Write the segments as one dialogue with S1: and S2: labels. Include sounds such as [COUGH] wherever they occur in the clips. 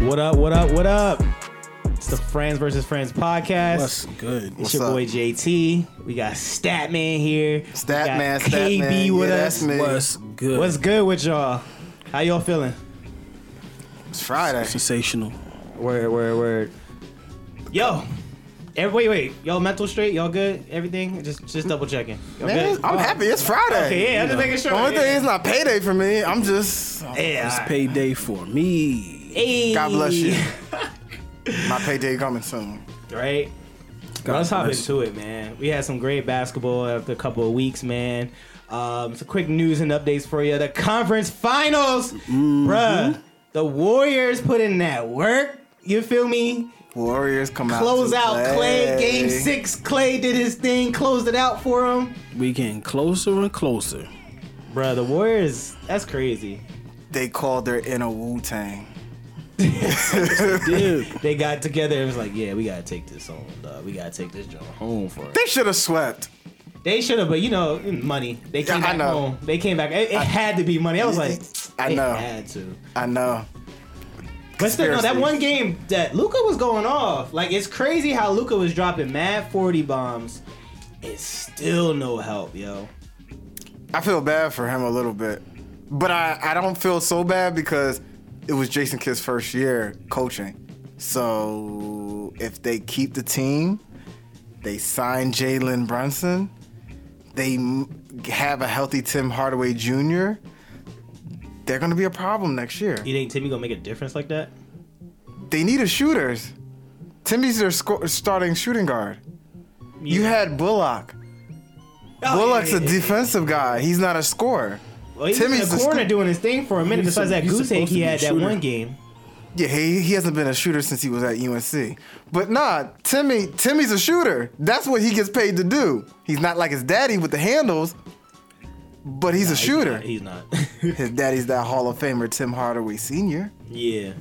S1: What up? What up? What up? It's the Friends versus Friends podcast.
S2: What's good?
S1: it's
S2: What's
S1: your
S3: up?
S1: boy JT. We got Statman here. We got
S3: Statman,
S1: KB
S3: Statman.
S1: with
S3: yeah,
S1: us.
S3: That's me.
S2: good?
S1: What's good with y'all? How y'all feeling?
S3: It's Friday.
S2: sensational?
S1: Word, word, word. Yo. Every, wait, wait. Y'all mental straight? Y'all good? Everything? Just just double checking. Y'all
S3: Man,
S1: good?
S3: it's- I'm
S1: Oh.
S3: happy. It's Friday.
S1: Okay, yeah, I'm just making sure.
S3: The only
S1: Yeah.
S3: thing it's not payday for me. I'm just.
S1: Yeah.
S2: It's payday for me.
S1: Hey.
S3: God bless you.
S1: [LAUGHS]
S3: My payday coming soon.
S1: Right? Let's hop
S2: bless
S1: into it, man. We had some great basketball after a couple of weeks, man. Um, some quick news and updates for you. The conference finals, bruh. The Warriors put in that work. You feel me?
S3: Warriors come out.
S1: Close
S3: to
S1: out Clay.
S3: play.
S1: Game six, Clay did his thing, closed it out for him.
S2: We getting closer and closer.
S1: Bruh, the Warriors, that's crazy.
S3: They called their inner Wu Tang.
S2: Dude,
S1: [LAUGHS] They got together and was like, yeah, we gotta take this on, dog. We gotta take this joint home for us.
S3: They should have swept.
S1: They should have, but you know, money. They came
S3: Yeah, I
S1: back
S3: know.
S1: home. They came back. It, it had to be money. I was like,
S3: I
S1: it
S3: know.
S1: had to.
S3: I know.
S1: But still, no, that
S3: Conspiracies.
S1: one game that Luca was going off. Like it's crazy how Luca was dropping mad forty bombs. It's still no help, yo.
S3: I feel bad for him a little bit, but I, I don't feel so bad because it was Jason Kidd's first year coaching. So if they keep the team, they sign Jalen Brunson, they m- have a healthy Tim Hardaway Jr. They're gonna be a problem next year.
S1: You think Timmy gonna make a difference like that?
S3: They need a shooters. Timmy's their sco- starting shooting guard. You had Bullock.
S1: Oh,
S3: Bullock's
S1: yeah,
S3: a
S1: yeah, yeah.
S3: defensive guy. He's not a scorer.
S1: Well, he was
S3: Timmy's
S1: in
S3: the
S1: the corner
S3: sc-
S1: doing his thing for a minute.
S2: He's
S1: Besides
S2: sup-
S1: that
S2: he's
S1: goose egg
S2: supposed to
S1: he
S2: be a
S1: had that
S2: shooter.
S1: one game.
S3: Yeah, he, he hasn't been a shooter since he was at UNC. But nah, Timmy Timmy's a shooter. That's what he gets paid to do. He's not like his daddy with the handles, but he's a shooter.
S1: He's not. [LAUGHS]
S3: his daddy's that Hall of Famer Tim Hardaway Sr.
S1: Yeah.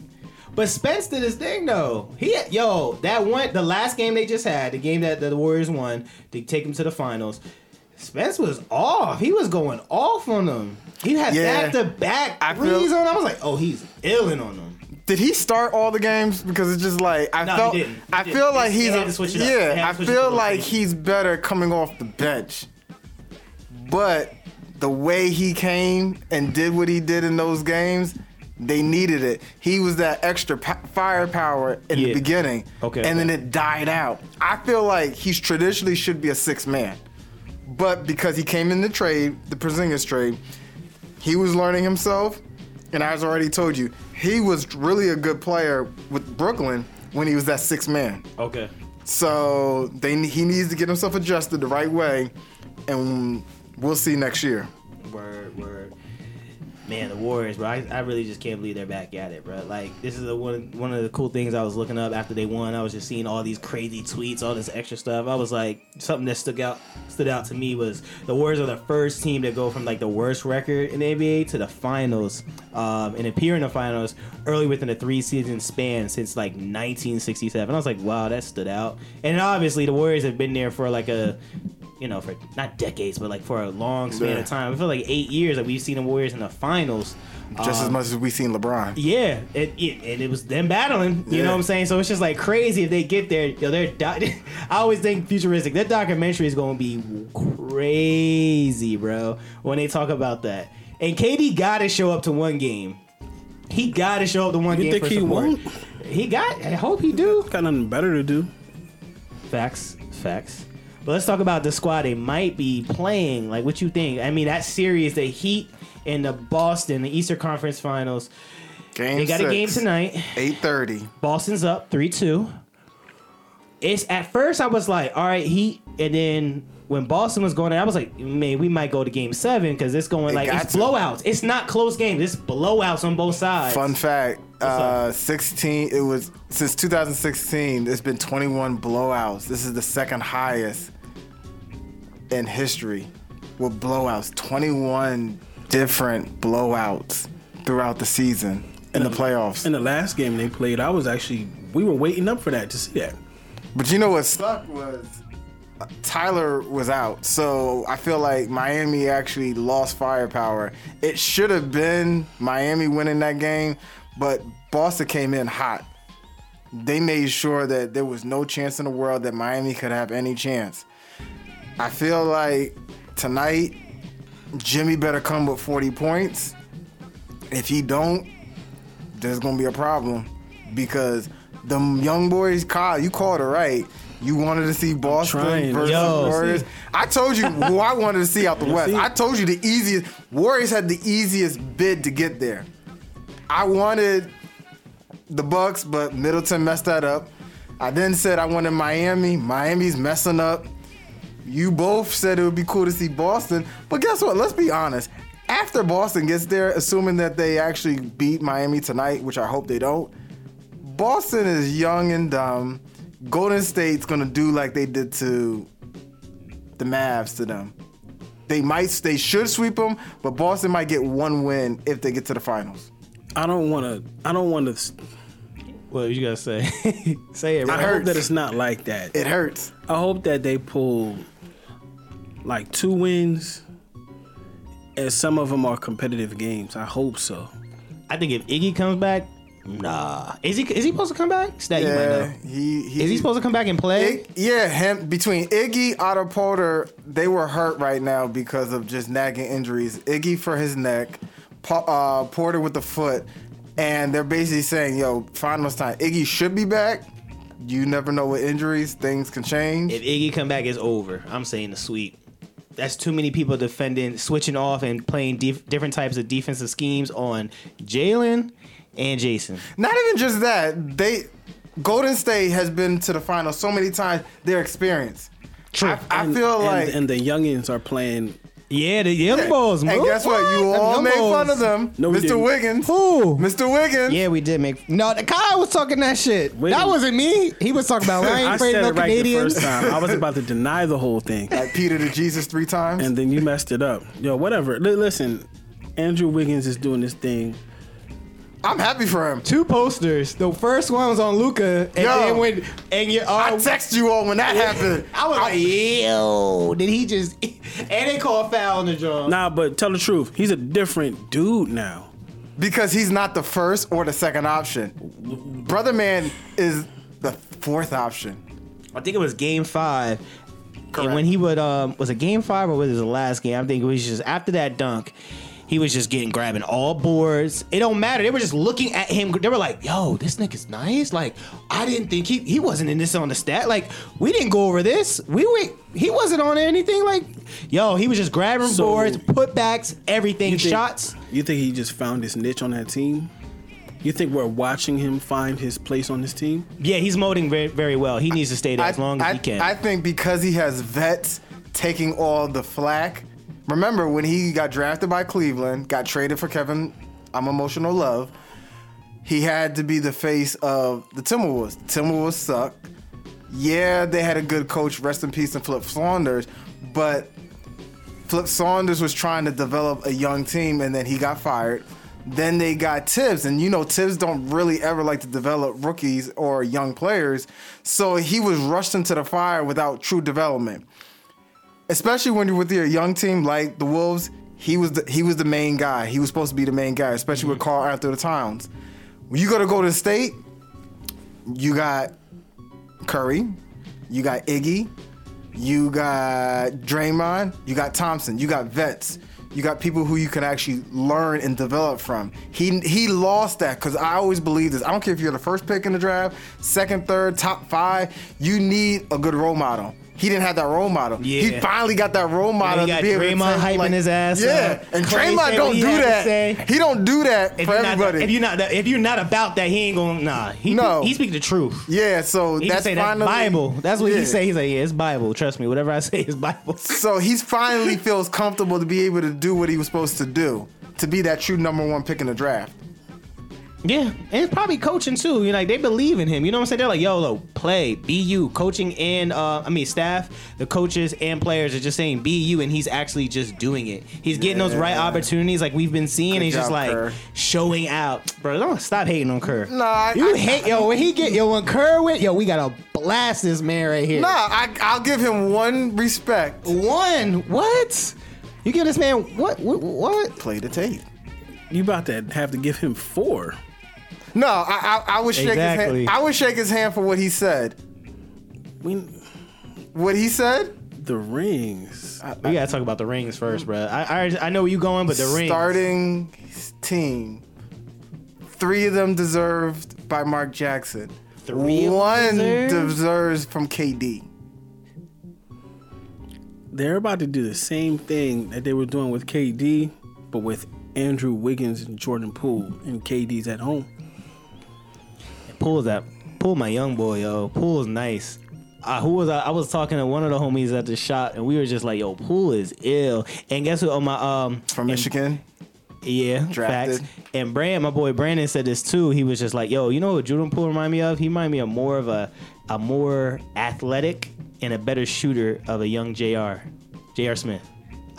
S1: But Spence did his thing though. He yo, that one the last game they just had, the game that, that the Warriors won, to take him to the finals. Spence was off. He was going off on them. He had
S3: Yeah.
S1: back to back
S3: I feel-
S1: threes on them. I was like, oh, he's illing on them.
S3: Did he start all the games? Because it's just like I
S1: No, he
S3: felt
S1: didn't. He
S3: I
S1: didn't.
S3: feel
S1: They-
S3: like
S1: they
S3: he's
S1: had
S3: a-
S1: to switch it up. They had
S3: yeah.
S1: to
S3: I
S1: switch it
S3: feel
S1: up a little
S3: like
S1: bit.
S3: he's better coming off the bench, but the way he came and did what he did in those games, they needed it. He was that extra po- firepower in
S1: Yeah.
S3: the beginning,
S1: Okay,
S3: and then
S1: okay.
S3: it died out. I feel like he's traditionally should be a six man, but because he came in the trade, the Porzingis trade, he was learning himself, and as I already told you, he was really a good player with Brooklyn when he was that six man.
S1: Okay.
S3: So they he needs to get himself adjusted the right way, and we'll see next year.
S1: Word, word. Man, the Warriors, bro. I, I really just can't believe they're back at it, bro. Like this is the one one of the cool things I was looking up after they won. I was just seeing all these crazy tweets, all this extra stuff. I was like, something that stuck out stood out to me was the Warriors are the first team to go from like the worst record in the NBA to the finals, um, and appear in the finals early within a three season span since like 1967. I was like, wow, that stood out. And obviously, the Warriors have been there for like a you know, for not decades, but like for a long span
S3: Yeah.
S1: of time. I feel like eight years that we've seen the Warriors in the finals.
S3: Just
S1: Um,
S3: as much as we seen LeBron.
S1: Yeah, it, it, and it was them battling. You know
S3: Yeah.
S1: what I'm saying? So it's just like crazy if they get there. Yo, they're. doc- [LAUGHS] I always think futuristic. That documentary is gonna be crazy, bro. When they talk about that, and KD got to show up to one game. He got to show up to one
S2: You
S1: game
S2: think
S1: for
S2: he
S1: support.
S2: won't?
S1: He got. I hope he do.
S2: got nothing better to do.
S1: Facts, facts. But let's talk about the squad they might be playing. Like, what you think? I mean, that series, the Heat and the Boston, the Eastern Conference Finals.
S3: Game
S1: They got a game tonight.
S3: Eight thirty.
S1: Boston's up three two. It's at first I was like, all right, Heat, and then when Boston was going, I was like, man, we might go to Game Seven because it's going like
S3: got
S1: it's
S3: to.
S1: blowouts. It's not close games. It's blowouts on both sides.
S3: Fun fact:
S1: up?
S3: uh, sixteen. It was since 2016. It's been 21 blowouts. This is the second highest in history with blowouts. 21 different blowouts throughout the season in the playoffs.
S2: In the last game they played, I was actually we were waiting up for that to see that.
S3: But you know what sucked was uh, Tyler was out, so I feel like Miami actually lost firepower. It should have been Miami winning that game, But Boston came in hot. They made sure that there was no chance in the world that Miami could have any chance. I feel like tonight, Jimmy better come with 40 points. If he don't, there's gonna be a problem because them young boys, Kyle, you called it right. You wanted to see Boston
S2: trying.
S3: versus
S1: Yo.
S3: Warriors. I told you who I wanted to see out the West.
S2: see?
S3: I told you the easiest. Warriors had the easiest bid to get there. I wanted the Bucks, but Middleton messed that up. I then said I wanted Miami. Miami's messing up. You both said it would be cool to see Boston, but guess what? Let's be honest. After Boston gets there, assuming that they actually beat Miami tonight, which I hope they don't, Boston is young and dumb. Golden State's gonna do like they did to the Mavs to them. They might, they should sweep them, but Boston might get one win if they get to the finals.
S2: I don't want to. I don't want to.
S1: What you gotta say? [LAUGHS] say it.
S2: I
S1: Right?
S2: hope that it's not like that.
S3: It hurts.
S2: I hope that they pull like two wins, and some of them are competitive games. I hope so.
S1: I think if Iggy comes back, nah. Is he is he supposed to come back? Stat, you might
S3: Yeah,
S1: know.
S3: he, he
S1: Is he supposed to come back and play?
S3: Ig- yeah, him between Iggy, Otto Porter, they were hurt right now because of just nagging injuries. Iggy for his neck, Pa- uh, Porter with the foot, and they're basically saying, "Yo, finals time. Iggy should be back. You never know with injuries, things can change."
S1: If Iggy come back, it's over. I'm saying the sweep. That's too many people defending, switching off, and playing dif- different types of defensive schemes on Jalen and Jason.
S3: Not even just that. They Golden State has been to the finals so many times. Their experience.
S1: True.
S3: I, I feel
S2: and,
S3: like
S2: and the youngins are playing.
S1: Yeah, the young balls.
S3: And
S1: move.
S3: guess what? You
S1: Them
S3: all
S1: young
S3: made fun
S1: balls.
S3: of them,
S2: No, we
S3: Mr.
S2: didn't.
S3: Wiggins.
S1: Who?
S3: Mr. Wiggins.
S1: Yeah, we did make. No, the Kyle was talking that shit.
S2: Wait
S1: that
S2: a-
S1: wasn't me. He was talking
S3: [LAUGHS]
S1: about. I ain't
S2: I
S1: afraid
S2: said
S1: of no
S2: it right
S1: Canadians.
S2: the first time. I was about to deny the whole thing,
S3: Like Peter to Jesus three times.
S2: and then you messed it up. Yo, whatever. Li- listen, Andrew Wiggins is doing this thing.
S3: I'm happy for him.
S1: Two posters. The first one was on Luca, and
S3: Yo.
S1: then when and your
S3: I
S1: uh,
S3: text you all when that happened.
S1: [LAUGHS] I was like, yo, did he just? [LAUGHS] And they call foul on the drum.
S2: Nah, but tell the truth. He's a different dude now.
S3: Because he's not the first or the second option. Brother Man is the fourth option.
S1: I think it was game five.
S3: Correct.
S1: And when he would um was it game five or was it the last game? I think it was just after that dunk, he was just getting grabbing all boards. It don't matter. They were just looking at him. They were like, yo, this nigga's nice. Like, I didn't think he he wasn't in this on the stat. Like, we didn't go over this. We went he wasn't on anything. Like, yo, he was just grabbing
S2: So-
S1: boards, putbacks, everything,
S2: You think-
S1: shots.
S2: You think he just found his niche on that team? You think we're watching him find his place on this team?
S1: Yeah, he's molding very, very well. He needs to stay there as long as
S3: I,
S1: he can.
S3: I think because he has vets taking all the flack. Remember when he got drafted by Cleveland, got traded for Kevin, I'm emotional love. He had to be the face of the Timberwolves. The Timberwolves suck. Yeah, they had a good coach, rest in peace, and Flip Saunders, but Flip Saunders was trying to develop a young team and then he got fired. Then they got Tibbs, and you know Tibbs don't really ever like to develop rookies or young players. So he was rushed into the fire without true development. Especially when you're with your young team like the Wolves, he was the, he was the main guy. He was supposed to be the main guy, especially with Carl after the Towns. When you go to Golden State, you got Curry, you got Iggy, you got Draymond, you got Thompson, you got vets, you got people who you can actually learn and develop from. He he lost that because I always believe this. I don't care if you're the first pick in the draft, second, third, top five. You need a good role model. He didn't have that role model. He
S1: Yeah.
S3: finally got that role model.
S1: got
S3: to be able to
S1: Draymond
S3: take,
S1: hyping
S3: like-
S1: his ass
S3: Yeah,
S1: up.
S3: and
S1: Clay said
S3: Draymond
S1: what
S3: don't
S1: he
S3: do
S1: had to say.
S3: that. He don't do that
S1: if
S3: for
S1: you're not,
S3: everybody.
S1: if you're not if you're not about that, he ain't gonna nah. He
S3: No.
S1: he speak the truth.
S3: yeah, so
S1: He
S3: that's
S1: that's say that's
S3: finally
S1: Bible. That's what
S3: Yeah.
S1: he say. He's like, yeah, it's Bible. Trust me, whatever I say is Bible.
S3: So he's
S1: [LAUGHS]
S3: finally feels comfortable to be able to do what he was supposed to do to be that true number one pick in the draft.
S1: Yeah, and it's probably coaching too. You know, like they believe in him. You know what I'm saying? They're like, yo, lo, play, be you. Coaching and uh, I mean staff, the coaches and players are just saying be you, and he's actually just doing it. He's getting those right
S3: Yeah.
S1: opportunities like we've been seeing.
S3: Good
S1: and he's just
S3: job,
S1: like
S3: Kerr.
S1: showing out, bro. Don't stop hating on Kerr.
S3: Nah, I-
S1: you
S3: I-
S1: hate yo when he get yo when Kerr went yo we gotta blast this man right here.
S3: Nah, I, I'll give him one respect.
S1: One. What? You give this man what? What? what?
S3: Play the tape.
S2: You about to have to give him four.
S3: No, I, I, I would shake his
S1: Exactly.
S3: hand. I would shake his hand for what he said.
S2: We,
S3: What he said
S2: the rings.
S1: We gotta talk about the rings first, bro. I I, I know where you going, but the rings.
S3: starting team. Three of them deserved by Mark Jackson.
S1: Three of them
S3: One
S1: deserved?
S3: deserves from KD.
S2: They're about to do the same thing that they were doing with KD, but with Andrew Wiggins and Jordan Poole, and KD's at home.
S1: Pool's that Pool my young boy, yo. Pool's nice. Uh, who was I? I was talking to one of the homies at the shop, and we were just like, "Yo, Pool is ill." And guess who? On my um,
S3: From
S1: and-
S3: Michigan.
S1: Yeah,
S3: Drafted.
S1: facts. And Brand, my boy Brandon said this too. He was just like, "Yo, you know what Jordan Poole remind me of? He remind me of more of a a more athletic and a better shooter of a young Jr. Jr. Smith."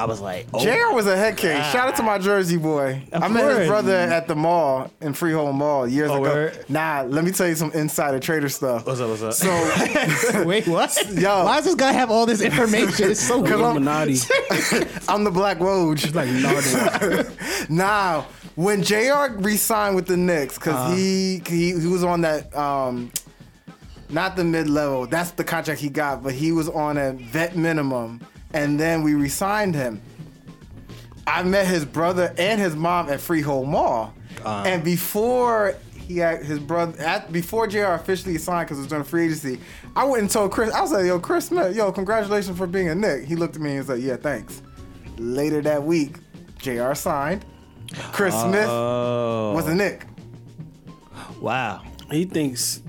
S1: I was like, "Oh,
S3: JR was a head case. Shout out to my Jersey boy.
S1: Of
S3: I met
S1: course.
S3: his brother at the mall in Freehold Mall years
S1: Oh,
S3: ago.
S1: word.
S3: Nah, let me tell you some insider trader stuff.
S1: what's up? What's up?" [LAUGHS]
S3: So,
S1: Wait, what?
S3: Yo.
S1: why does this guy have all this
S2: [LAUGHS]
S1: information? [LAUGHS] It's so weird.
S2: Illuminati.
S3: I'm the Black Woj. [LAUGHS]
S2: like Nardo.
S3: Now, when JR re-signed with the Knicks, because
S1: Uh-huh.
S3: he, he he was on that um not the mid-level, that's the contract he got, but he was on a vet minimum, and then we re-signed him. I met his brother and his mom at Freehold Mall, and before he had his brother at before Jr. officially signed because it was during free agency, I went and told Chris. I was like, "Yo, Chris Smith, yo, congratulations for being a Nick." He looked at me and was like, "Yeah, thanks." Later that week, Jr. signed. Chris Smith
S1: Oh,
S3: was a Nick.
S1: wow.
S2: he thinks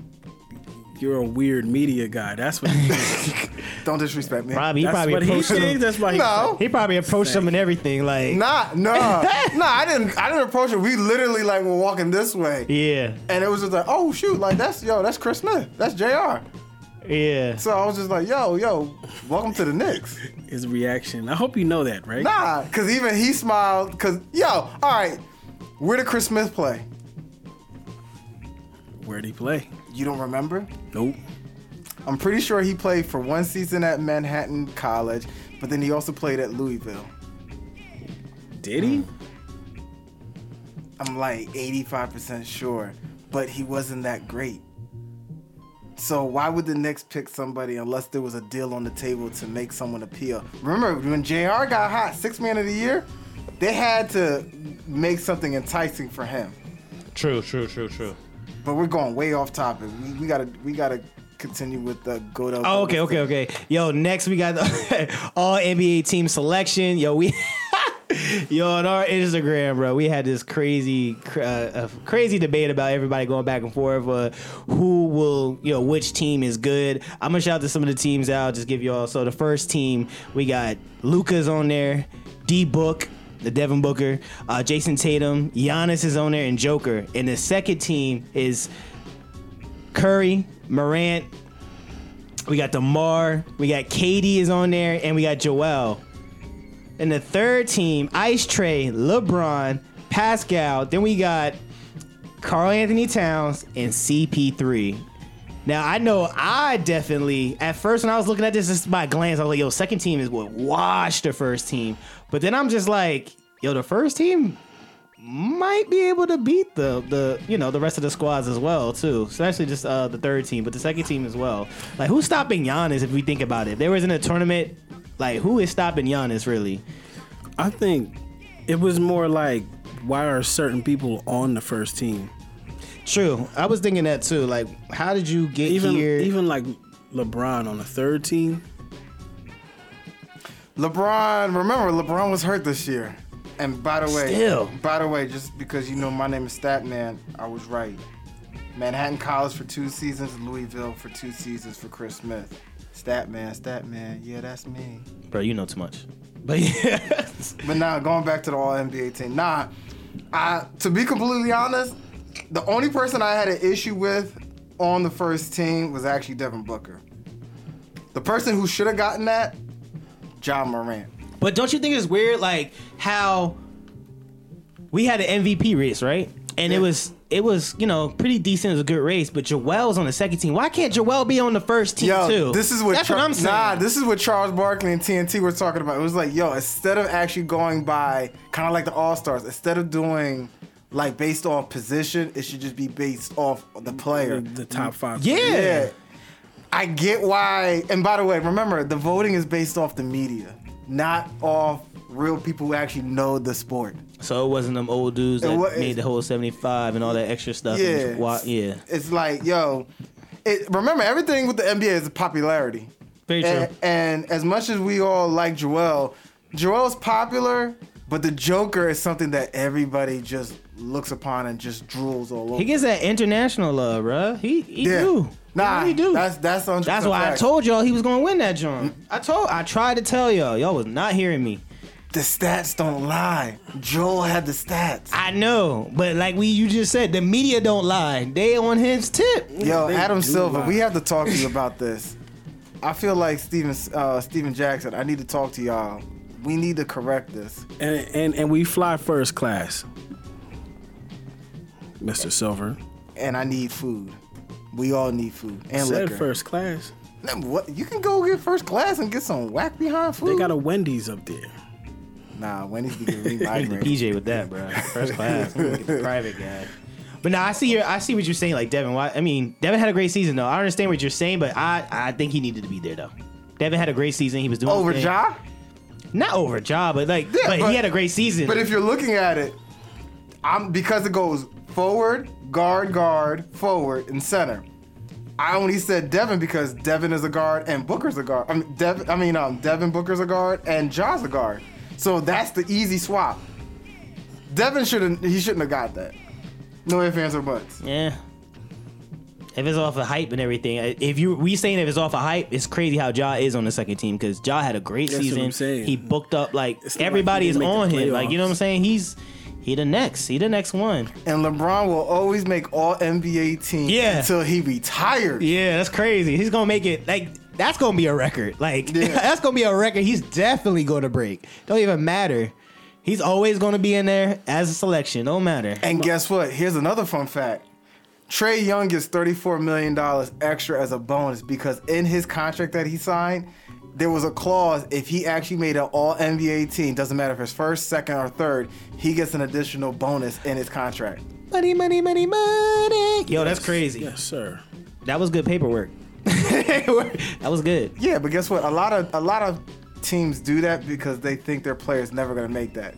S2: you're a weird media guy. That's
S1: [LAUGHS]
S2: what he thinks.
S3: Don't disrespect me.
S1: Rob, he
S2: That's
S1: probably
S2: what he
S1: approached him.
S2: thinks. That's why he
S3: No.
S1: He probably approached him and everything. Like,
S3: Nah, no, nah, I didn't. I didn't approach it. We literally like were walking this way,
S1: yeah,
S3: and it was just like, "Oh shoot!" Like that's yo, that's Chris Smith, that's Jr.
S1: yeah.
S3: So I was just like, yo, yo, welcome to the Knicks.
S2: his reaction. I hope you know that, right?
S3: Nah, cause even he smiled, cause yo, all right, where did Chris Smith play?
S2: Where'd he play?
S3: You don't remember?
S2: Nope.
S3: I'm pretty sure he played for one season at Manhattan College, but then he also played at Louisville.
S2: Did he?
S1: Mm.
S3: I'm like 85% sure, but he wasn't that great. So why would the Knicks pick somebody unless there was a deal on the table to make someone appeal? Remember when JR got hot, six man of the year, they had to make something enticing for him.
S1: True, true, true, true.
S3: But we're going way off topic. We, we gotta we gotta continue with the go to.
S1: Oh, okay, okay, okay. Yo, next we got the [LAUGHS] all NBA team selection. Yo, we. [LAUGHS] Yo, on our Instagram, bro, we had this crazy, cr- uh, uh, crazy debate about everybody going back and forth uh, who will, you know, which team is good. I'm gonna shout to some of the teams out. Just give y'all. So the first team we got Luca's on there, D Book, the Devin Booker, uh, Jason Tatum, Giannis is on there, and Joker. And the second team is Curry, Morant, we got Demar. We got KD is on there, and we got Joel. And the third team: Ice Tray, LeBron, Pascal. Then we got Carl Anthony Towns and CP3. Now I know I definitely at first when I was looking at this just by glance, I was like, "Yo, second team is what washed the first team," but then I'm just like, "Yo, the first team might be able to beat the the you know the rest of the squads as well too, especially just uh, the third team, but the second team as well. Like who's stopping Giannis if we think about it? If there was in a tournament, like who is stopping Giannis really?
S2: I think it was more like why are certain people on the first team?
S1: True, I was thinking that too. Like how did you get
S2: Even even like LeBron on the third team.
S3: LeBron, remember LeBron was hurt this year. And by the way,
S1: Still.
S3: by the way, just because you know my name is Statman, I was right. Manhattan College for two seasons, Louisville for two seasons for Chris Smith. Statman, Statman, yeah, that's me.
S1: Bro, you know too much. But [LAUGHS] yeah,
S3: But now going back to the All NBA team, nah. I to be completely honest, the only person I had an issue with on the first team was actually Devin Booker. The person who should have gotten that, John Morant.
S1: But don't you think it's weird, like how we had an MVP race, right? And it
S3: Yeah.
S1: was it was you know pretty decent, it was a good race. But Joel's on the second team. Why can't Joel be on the first team
S3: Yo,
S1: too?
S3: this is what,
S1: that's what
S3: Char-
S1: I'm saying.
S3: Nah, this is what Charles Barkley and TNT were talking about. It was like, yo, instead of actually going by kind of like the All Stars, instead of doing like based off position. It should just be based off the player.
S2: The, the top five.
S1: Mm. Yeah.
S3: Yeah. I get why. And by the way, remember the voting is based off the media, not off real people who actually know the sport.
S1: So it wasn't them old dudes that
S3: And what-
S1: made the whole seventy five and all that extra stuff. and
S3: Yeah.
S1: wa- yeah.
S3: It's like, yo, it, remember everything with the NBA is popularity.
S4: Very true.
S3: And, and as much as we all like Joel, Joel's popular, but the Joker is something that everybody just looks upon and just drools all over.
S1: He gets that international love, bruh. He he do.
S3: Nah,
S1: he really do.
S3: that's that's 100%
S1: That's why I
S3: fact. Mm.
S1: told y'all he was gonna win that joint. I told, I tried to tell y'all, y'all was not hearing me.
S3: the stats don't lie. Joel had the stats.
S1: I know, but like we, you just said, the media don't lie. They on his tip.
S3: Yo,
S2: They
S3: Adam
S2: do
S3: Silver,
S2: lie.
S3: we have to talk to you
S1: [LAUGHS]
S3: about this. I feel like Steven uh, Steven Jackson. I need to talk to y'all. We need to correct this.
S2: And, and and we fly first class, Mr. Silver.
S3: And I need food. We all need food and
S2: Said
S3: liquor.
S2: first class.
S3: Now, What you can go get first class and get some whack behind food.
S2: They got a Wendy's up there.
S3: nah, Wendy's be
S2: [LAUGHS]
S3: giving me migraines.
S1: DJ with that, bro. First class, I'm gonna get
S3: [LAUGHS]
S1: the private guy. But now I see your, I see what you're saying. Like Devin, why, I mean, Devin had a great season though. I understand what you're saying, but I, I think he needed to be there though. Devin had a great season. He was doing
S3: Over
S1: his thing.
S3: Ja?
S1: not over job, but like,
S3: Yeah,
S1: but,
S3: but-
S1: he had a great season.
S3: But if you're looking at it, I'm because it goes forward, guard, guard, forward, and center. I only said Devin because Devin is a guard and Booker's a guard. I mean, Devin, I mean, um, Devin Booker's a guard and Ja's a guard. So that's the easy swap. Devin shouldn't. He shouldn't have got that. No ifs, ands, or buts.
S1: yeah. If it's off of hype and everything, uh, if you we saying if it's off of hype, it's crazy how Ja is on the second team because Ja had a great
S2: That's what
S1: season.
S2: I'm saying.
S1: He booked up like
S2: It's not like
S1: everybody
S2: he
S1: is
S2: didn't make
S1: on
S2: the
S1: him. Like you know what I'm
S2: playoffs.
S1: saying? He's he the next. He the next one.
S3: And LeBron will always make All NBA team
S1: Yeah.
S3: until he retires.
S1: Yeah, that's crazy. He's gonna make it like that's gonna be a record. Like [LAUGHS]
S3: Yeah.
S1: that's gonna be a record. He's definitely gonna break. Don't even matter. He's always gonna be in there as a selection. Don't matter.
S3: And guess what? Here's another fun fact. Trey Young gets $34 million extra as a bonus because in his contract that he signed, there was a clause if he actually made an all NBA team, doesn't matter if it's first, second, or third, he gets an additional bonus in his contract.
S1: Money, money, money, money. Yo, that's crazy.
S2: Yes, sir.
S1: That was good [LAUGHS] paperwork. that was good.
S3: Yeah, but guess what? A lot of a lot of teams do that because they think their player's never gonna make that.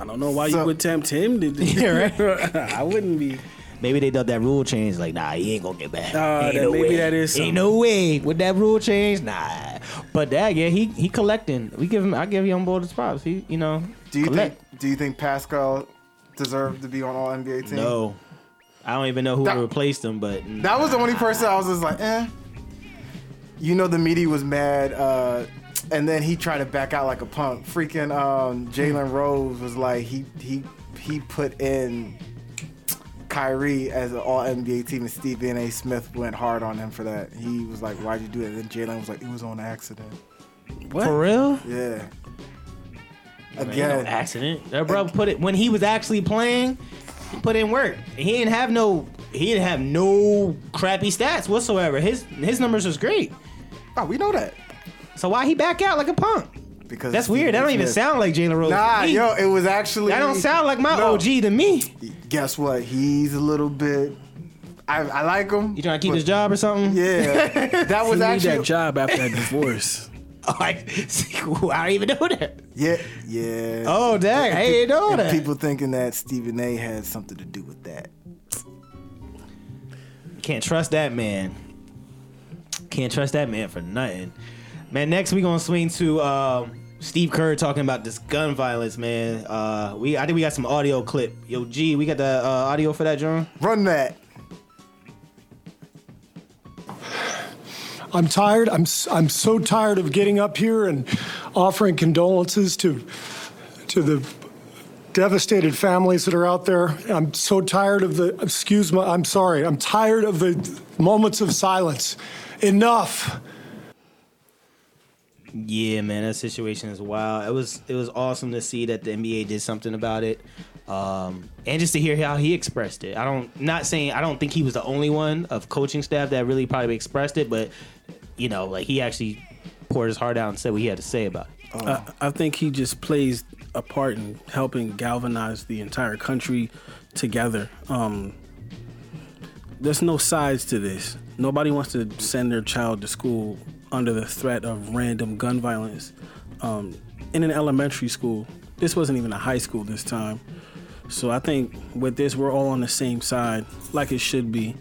S2: I don't know why
S3: So-
S2: you would tempt him to do
S1: Yeah,
S2: right. [LAUGHS] I wouldn't be.
S1: Maybe they did that rule change. Like, nah, he ain't gonna get back.
S2: Nah,
S1: Ain't
S2: that- maybe
S1: way.
S2: that is
S1: Ain't no way with that rule change. Nah, but that yeah, he he collecting. We give him. I give young boy the props. He you know.
S3: Do you
S1: collect.
S3: think do you think Pascal deserved to be on all NBA team?
S1: No, I don't even know who
S3: That-
S1: replaced him, but mm,
S3: That was the only person I was just like, eh. You know, the media was mad, uh, and then he tried to back out like a punk. Freaking um, Jalen Rose was like, he he he put in Kyrie as an All NBA team, and Stephen A. Smith went hard on him for that. He was like, why'd you do that? And then Jalen was like, it was on accident.
S2: What?
S1: for real,
S3: Yeah.
S1: Ain't no
S3: Again,
S1: accident. That bro put it when he was actually playing. He put in work. He didn't have no. He didn't have no crappy stats whatsoever. His his numbers was great.
S3: oh, we know that
S1: So why he back out like a punk?
S3: because
S1: That's weird. That
S3: Stephen A.
S1: don't even
S3: Smith-
S1: sound like Jalen Rose. to
S3: Nah,
S1: me.
S3: yo, it was actually.
S1: That don't sound like my
S3: No.
S1: OG to me.
S3: Guess what? He's a little bit. I, I like him.
S1: You trying to keep
S3: but-
S1: his job or something?
S3: Yeah, that
S2: He
S3: was
S2: need
S3: actually
S2: that job after that divorce.
S1: [LAUGHS] Oh, I, [LAUGHS] see, I don't even know that.
S3: yeah, yeah.
S1: Oh, dang. I didn't know
S3: And
S1: that.
S3: People thinking that Stephen A. had something to do with that.
S1: Can't trust that man. Can't trust that man for nothing. Man, next we gonna swing to um, Steve Kerr talking about this gun violence, man. Uh, we I think we got some audio clip. Yo, G, we got the uh, audio for that, John.
S3: Run that.
S5: I'm tired. I'm s- I'm so tired of getting up here and offering condolences to to the devastated families that are out there. I'm so tired of the excuse me. I'm sorry. I'm tired of the moments of silence. Enough.
S1: Yeah, man, that situation is wild. It was it was awesome to see that the NBA did something about it, um, and just to hear how he expressed it. I don't not saying I don't think he was the only one of coaching staff that really probably expressed it, but you know, like he actually poured his heart out and said what he had to say about it.
S2: I, I think he just plays a part in helping galvanize the entire country together. Um, there's no sides to this. Nobody wants to send their child to school under the threat of random gun violence. Um, in an elementary school, this wasn't even a high school this time. So I think with this, we're all on the same side, like it should be.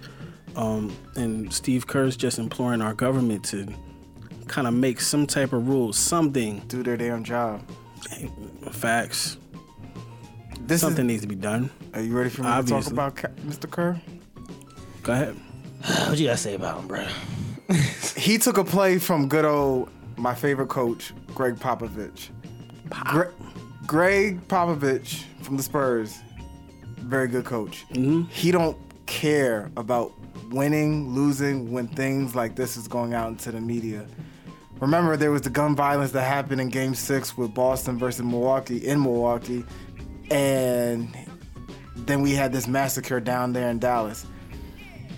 S2: Um, and Steve Kerr's just imploring our government to kind of make some type of rule, something.
S3: Do their damn job.
S2: Facts.
S3: This
S2: Something
S3: is.
S2: needs to be done.
S3: Are you ready for me to
S2: Obviously.
S3: talk about Ca- Mr. Kerr?
S2: Go ahead.
S1: What you gotta say about him, bro?
S3: He took a play from good old my favorite coach, Greg Popovich. Gre- Greg Popovich from the Spurs, very good coach. He don't care about winning, losing when things like this is going out into the media. Remember, there was the gun violence that happened in Game Six with Boston versus Milwaukee in Milwaukee, and then we had this massacre down there in Dallas.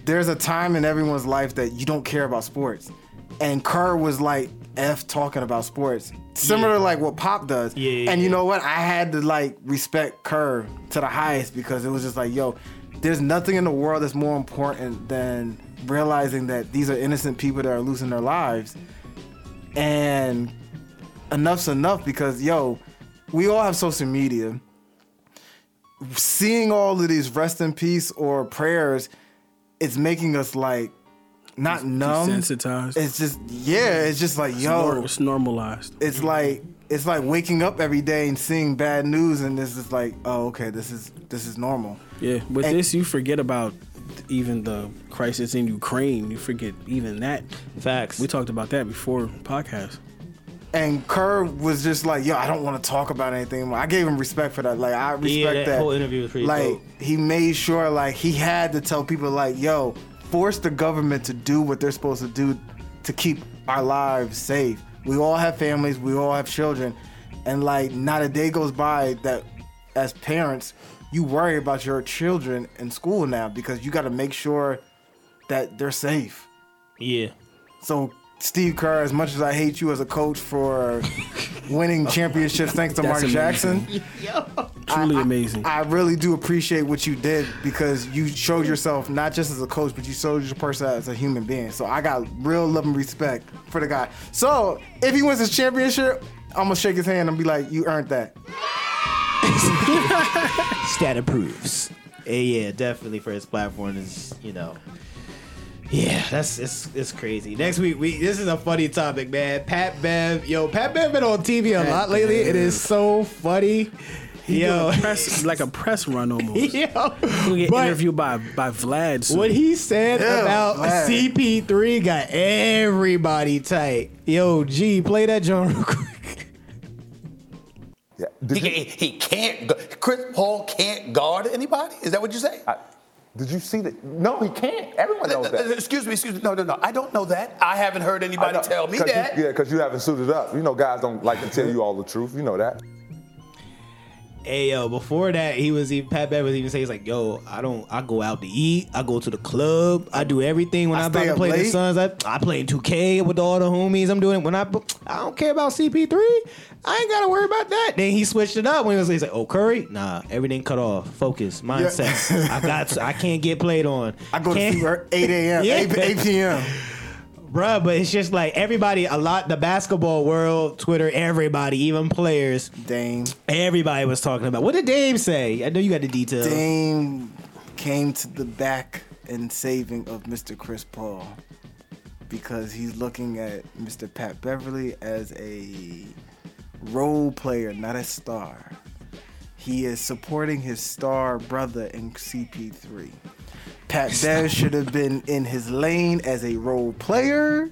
S3: There's a time in everyone's life that you don't care about sports, and Kerr was like f talking about sports, similar to like what Pop does.
S1: Yeah, yeah,
S3: and you
S1: yeah.
S3: know what? I had to like respect Kerr to the highest because it was just like, yo, there's nothing in the world that's more important than realizing that these are innocent people that are losing their lives and enough's enough because yo, we all have social media. Seeing all of these rest in peace or prayers, it's making us like not numb.
S2: Desensitized.
S3: It's just yeah, it's just like
S2: Nor-
S3: yo,
S2: it's normalized.
S3: it's like it's like waking up every day and seeing bad news and it's just like oh okay, this is this is normal.
S2: Yeah, with
S3: And-
S2: this you forget about even the crisis in Ukraine. You forget even that.
S1: Facts.
S2: We talked about that before podcast.
S3: And Kerr was just like yo, I don't want to talk about anything. anymore. I gave him respect for that. Like I respect
S1: yeah, that, whole interview was pretty
S3: like
S1: dope.
S3: he made sure like he had to tell people like yo force the government to do what they're supposed to do to keep our lives safe we all have families we all have children and like not a day goes by that as parents you worry about your children in school now because you got to make sure that they're safe
S1: Yeah.
S3: so Steve Kerr, as much as I hate you as a coach for winning championships thanks to
S2: That's
S3: Mark
S2: amazing.
S3: Jackson,
S2: Truly amazing.
S3: I really do appreciate what you did because you showed yourself not just as a coach, but you showed your person as a human being. So I got real love and respect for the guy. So if he wins his championship, I'm gonna shake his hand and be like, "You earned that."
S1: Stat approves. Yeah, Eh, yeah, definitely for his platform is you know. Yeah, that's it's it's crazy. Next week we this is a funny topic, man. Pat Bev, yo, Pat Bev been on TV a lot lately. It is so funny. [LAUGHS] Yo,
S2: press, like a press run
S3: [LAUGHS]
S2: almost.
S1: yo,
S2: We get
S1: but-
S2: interviewed by by Vlad. soon.
S1: What he said
S3: Yeah,
S1: about
S3: glad.
S1: CP3 got everybody tight. Yo, G, play that John real quick.
S4: Yeah.
S6: He,
S4: Did you,
S6: can't- he can't. gu- Chris Paul can't guard anybody. Is that what you say?
S4: I, did you see that? No, he can't. Everyone knows
S6: Uh, uh,
S4: that.
S6: Excuse me. Excuse me. No, no, no. I don't know that. I haven't heard anybody
S4: I know,
S6: tell me
S4: 'cause you-
S6: that.
S4: yeah, because you haven't suited up. You know, guys don't like to tell you all the truth. You know that.
S1: Hey yo, before that, he was even Pat Bev was even saying he's like, yo, I don't I go out to eat, I go to the club, I do everything when
S3: I
S1: I am about
S3: stay
S1: to
S3: up
S1: play the
S3: late.
S1: Suns. I, I play 2K with all the homies. I'm doing it when I I don't care about CP3. I ain't gotta worry about that. Then he switched it up when he was he's like, oh Curry, nah, everything cut off. Focus, mindset. I got to- I can't get played on.
S3: [LAUGHS] I go to
S1: Can't-
S3: sleep at 8 a.m.,
S1: Yeah.
S3: 8, 8 p.m.
S1: Bruh, but it's just like everybody, a lot, the basketball world, Twitter, everybody, even players,
S3: Dame,
S1: everybody was talking about. What did Dame say? I know you got the details.
S3: Dame came to the back and saving of Mr. Chris Paul because he's looking at Mr. Pat Beverly as a role player, not a star. He is supporting his star brother in CP3. Pat Bev should have been in his lane as a role player,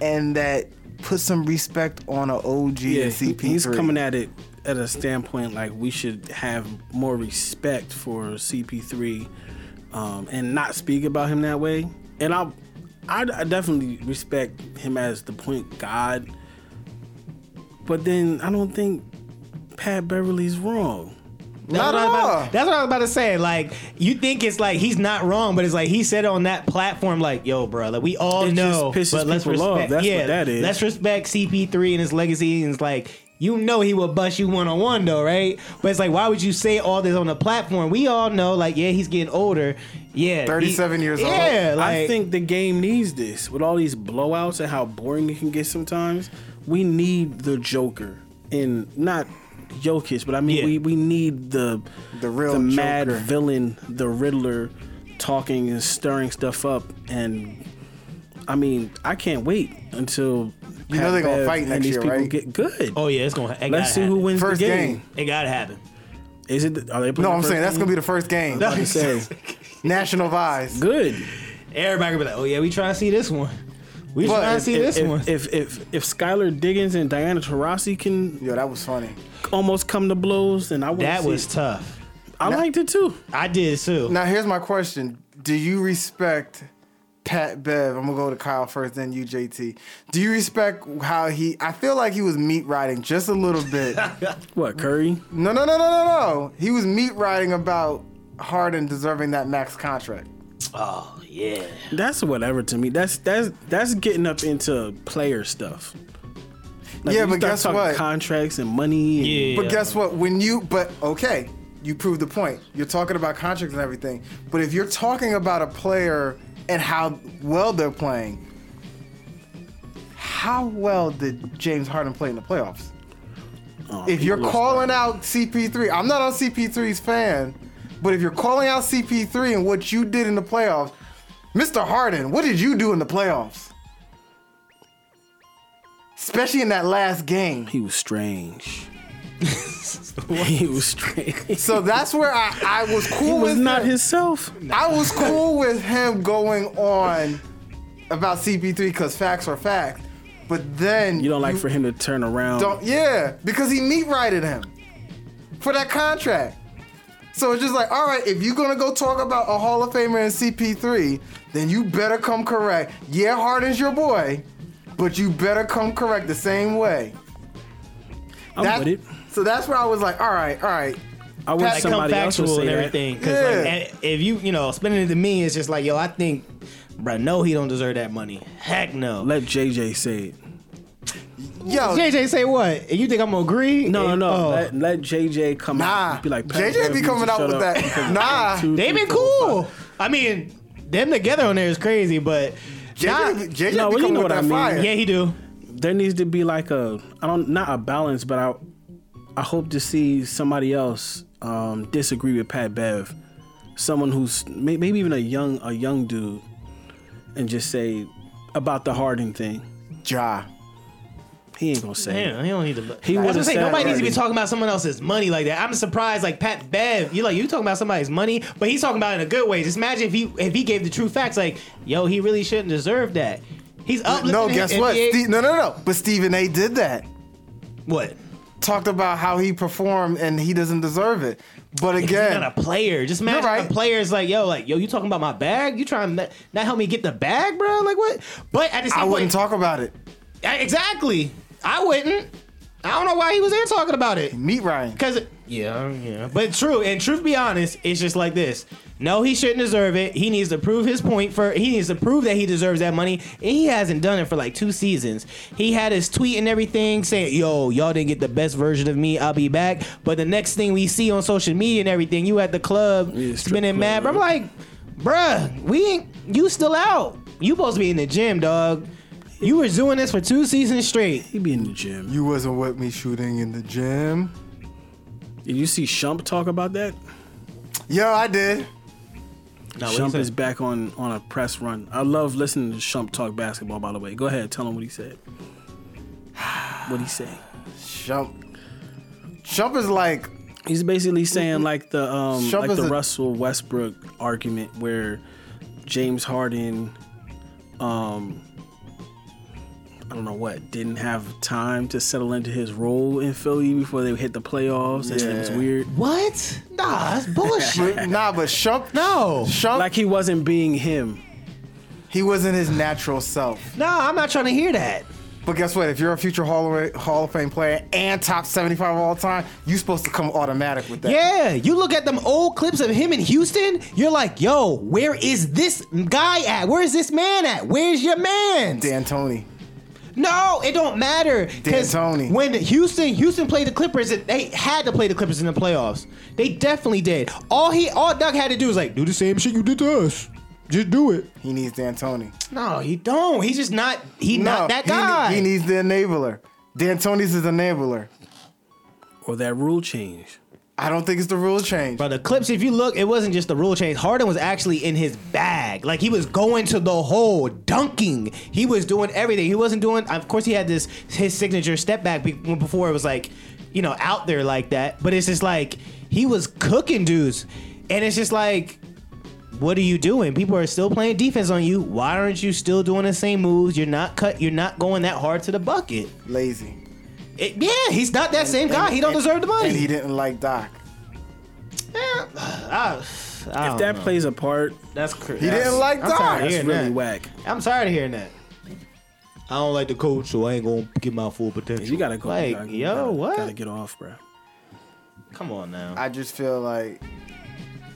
S3: and that put some respect on an OG
S2: yeah,
S3: and
S2: he-
S3: CP3.
S2: he's coming at it at a standpoint like we should have more respect for CP3 um, and not speak about him that way. And I, I, I definitely respect him as the point guard, but then I don't think Pat Beverly's wrong.
S1: That's
S3: Not
S1: what I was
S3: at
S1: about-
S3: all.
S1: That's what I was about to say. Like, you think it's like he's not wrong, but it's like he said on that platform, like, "Yo, bro, like we all
S2: It just
S1: know,
S2: pisses
S1: but let's
S2: people
S1: respect.
S2: off. That's what
S1: yeah,
S2: that is.
S1: Let's respect CP3 and his legacy, and it's like You know he will bust you one on one though, right? But it's like, why would you say all this on the platform? We all know, like, yeah, he's getting older. Yeah, he-
S3: 37 years old.
S1: Yeah, like,
S2: I think the game needs this with all these blowouts and how boring it can get sometimes. We need the Joker and not Jokic, but I mean
S1: Yeah.
S2: we, we need the
S3: The real
S2: the mad
S3: Joker.
S2: villain, the Riddler, talking and stirring stuff up. And I mean, I can't wait until
S3: You know they gonna
S2: Pat Bev
S3: fight
S2: and
S3: next
S2: these
S3: year,
S2: people
S3: right?
S2: get good.
S1: oh yeah, it's gonna. It
S2: Let's see who wins
S3: First
S2: the game.
S3: game.
S1: It gotta happen.
S2: Is it? Are they playing
S3: No,
S2: the
S3: I'm
S2: first
S3: saying that's
S2: game?
S3: gonna be the first game.
S2: I was about to say
S3: National vibes.
S2: good.
S1: [LAUGHS] Everybody gonna be like, oh yeah, we trying to see this one. We
S3: But
S1: trying to see
S2: if,
S1: this
S2: if,
S1: one.
S2: If if if Skylar Diggins and Diana Taurasi can
S3: Yo, that was funny.
S2: almost come to blows, then I would.
S1: that was tough.
S2: I liked it too.
S1: I did too.
S3: Now here's my question: Do you respect Pat Bev? I'm gonna go to Kyle first, then you, JT. Do you respect how he? I feel like he was meat riding just a little
S2: [LAUGHS]
S3: bit.
S2: What Curry?
S3: no, no, no, no, no, no. He was meat riding about Harden deserving that max contract.
S1: Oh yeah.
S2: That's whatever to me. That's that's that's getting up into player stuff. Like,
S3: Yeah,
S2: when you
S3: but
S2: start
S3: guess
S2: talking
S3: what?
S2: Contracts and money. and-
S1: Yeah.
S3: But guess what? When you but okay, you proved the point. You're talking about contracts and everything. But if you're talking about a player and how well they're playing, how well did James Harden play in the playoffs?
S2: Oh,
S3: if you're
S2: people are
S3: calling out CP3, I'm not on CP3's fan, but if you're calling out CP3 and what you did in the playoffs, Mr. Harden, what did you do in the playoffs? Especially in that last game.
S2: He
S1: [LAUGHS]
S2: was strange. he was strange.
S3: So that's where I, I was
S2: He
S3: cool
S2: was
S3: with
S2: not
S3: him.
S2: his self.
S3: I was cool with him going on about CP3 because facts are facts. But then
S2: You don't like for him to turn around.
S3: Don't yeah, because he meat righted him for that contract. So it's just like, all right, if you're gonna go talk about a Hall of Famer in CP3, then you better come correct. Yeah, Harden's your boy, but you better come correct the same way.
S2: I'm
S3: That-
S2: with it.
S3: So that's where I was like, all right, all right.
S2: I wish
S3: Like,
S1: like come
S2: somebody else would
S1: factual
S2: say
S1: and
S2: that.
S1: everything. Because
S3: Yeah.
S1: like, a- if you you know spending it to me, it's just like yo, I think, bro, no, he don't deserve that money. Heck no.
S2: Let JJ say it.
S3: Yo,
S1: JJ say what? And you think I'm gonna agree?
S2: No, no,
S1: And-
S2: no.
S1: oh.
S2: Let, let JJ come out.
S3: nah.
S2: and Be like, "Pat,
S3: JJ be
S2: you
S3: coming
S2: need to
S3: out
S2: shut
S3: with
S2: up [LAUGHS] because
S3: that. Nah.
S2: two,
S1: they
S2: three,
S1: been
S2: four,
S1: cool.
S2: five."
S1: I mean, them together on there is crazy, but
S3: JJ, be- JJ
S2: No,
S3: be
S2: well, you
S3: coming
S2: know what
S3: with
S2: I
S3: that
S2: mean.
S3: fire.
S1: yeah, he do.
S2: There needs to be like a, I don't, not a balance, but I, I hope to see somebody else um, disagree with Pat Bev, someone who's may, maybe even a young, a young dude, and just say about the Harden thing.
S3: Ja.
S2: He ain't gonna say. it.
S1: Damn, he don't need to.
S2: He
S1: I was
S2: would've
S1: gonna say
S2: said
S1: nobody needs to be
S2: already.
S1: talking about someone else's money like that. I'm surprised, like Pat Bev, you like you talking about somebody's money, but he's talking about it in a good way. Just imagine if he if he gave the true facts, like yo, he really shouldn't deserve that. He's uplifting.
S3: No,
S1: his
S3: guess what?
S1: NBA
S3: Ste- no, no, no. But Stephen A did that.
S1: what?
S3: Talked about how he performed and he doesn't deserve it. But again,
S1: He's not a player. Just imagine
S3: You're right.
S1: a player's like, yo, like, yo, you talking about my bag? You trying to not help me get the bag, bro? Like what? But at the same
S3: I
S1: point,
S3: wouldn't talk about it.
S1: I- exactly. I wouldn't. I don't know why he was there talking about it.
S3: Meet Ryan.
S1: Cause yeah, yeah. But true, and truth be honest, it's just like this. No, he shouldn't deserve it. He needs to prove his point for. He needs to prove that he deserves that money, and he hasn't done it for like two seasons. He had his tweet and everything saying, "Yo, y'all didn't get the best version of me. I'll be back." But the next thing we see on social media and everything, you at the club
S2: Yeah, strip
S1: spinning
S2: club,
S1: mad. But I'm like, bruh, we ain't. You still out? You supposed to be in the gym, dog. You was doing this for two seasons straight.
S2: He be in the gym.
S3: You wasn't with me shooting in the gym.
S2: Did you see Shump talk about that?
S3: Yo, I did.
S2: Shump is back on on a press run. I love listening to Shump talk basketball. By the way, go ahead, tell him what he said. [SIGHS] What he say?
S3: Shump. Shump is like,
S2: He's basically saying like the um
S3: Shump
S2: like
S3: is
S2: the
S3: a-
S2: Russell Westbrook argument where James Harden, um, I don't know what, didn't have time to settle into his role in Philly before they hit the playoffs, and it was
S3: Yeah.
S2: weird.
S1: What? Nah,
S2: [LAUGHS]
S1: that's bullshit. [LAUGHS]
S3: but- nah, but Shump.
S1: No.
S3: Shump,
S2: Like he wasn't being him.
S3: he wasn't his natural self.
S1: No, I'm not trying to hear that.
S3: But guess what? If you're a future Hall of, Hall of Fame player and top 75 all time, you're supposed to come automatic with that.
S1: Yeah, you look at them old clips of him in Houston, you're like, yo, where is this guy at? Where is this man at? Where's your man?
S3: Dan Tony.
S1: No, it don't matter. 'cause
S3: D'Antoni.
S1: When Houston Houston played the Clippers, it- they had to play the Clippers in the playoffs. They definitely did. All he all Doug had to do was like do the same shit you did to us. Just do it.
S3: He needs D'Antoni.
S1: No, he don't. He's just not. He not that
S3: he ne-
S1: guy.
S3: He, needs the enabler. D'Antoni's is enabler.
S2: or that rule change.
S3: I don't think it's the rule change.
S1: But the clips, if you look, it wasn't just the rule change. Harden was actually in his bag. Like he was going to the hole, dunking. He was doing everything. He wasn't doing. Of course, he had this his signature step back be- before it was like, you know, out there like that. But it's just like he was cooking dudes, and it's just like. What are you doing? People are still playing defense on you. Why aren't you still doing the same moves? You're not cut. You're not going that hard to the bucket.
S3: Lazy.
S1: It- yeah, he's not that same guy.
S3: And-
S1: He don't
S3: and-
S1: deserve the money.
S3: And he didn't like Doc.
S1: Eh, [SIGHS] I, I
S2: If
S1: don't
S2: that
S1: know.
S2: plays a part,
S1: That's crazy.
S3: He didn't like
S1: I'm tired of
S3: Doc.
S2: that's
S1: hearing
S2: really
S1: that.
S2: whack.
S1: I'm tired of hearing that. I don't like the coach, so I ain't gonna get my full potential.
S2: You gotta go.
S1: Like,
S2: you gotta, you
S1: yo,
S2: gotta,
S1: what?
S2: Gotta get off, bro.
S1: Come on now.
S3: I just feel like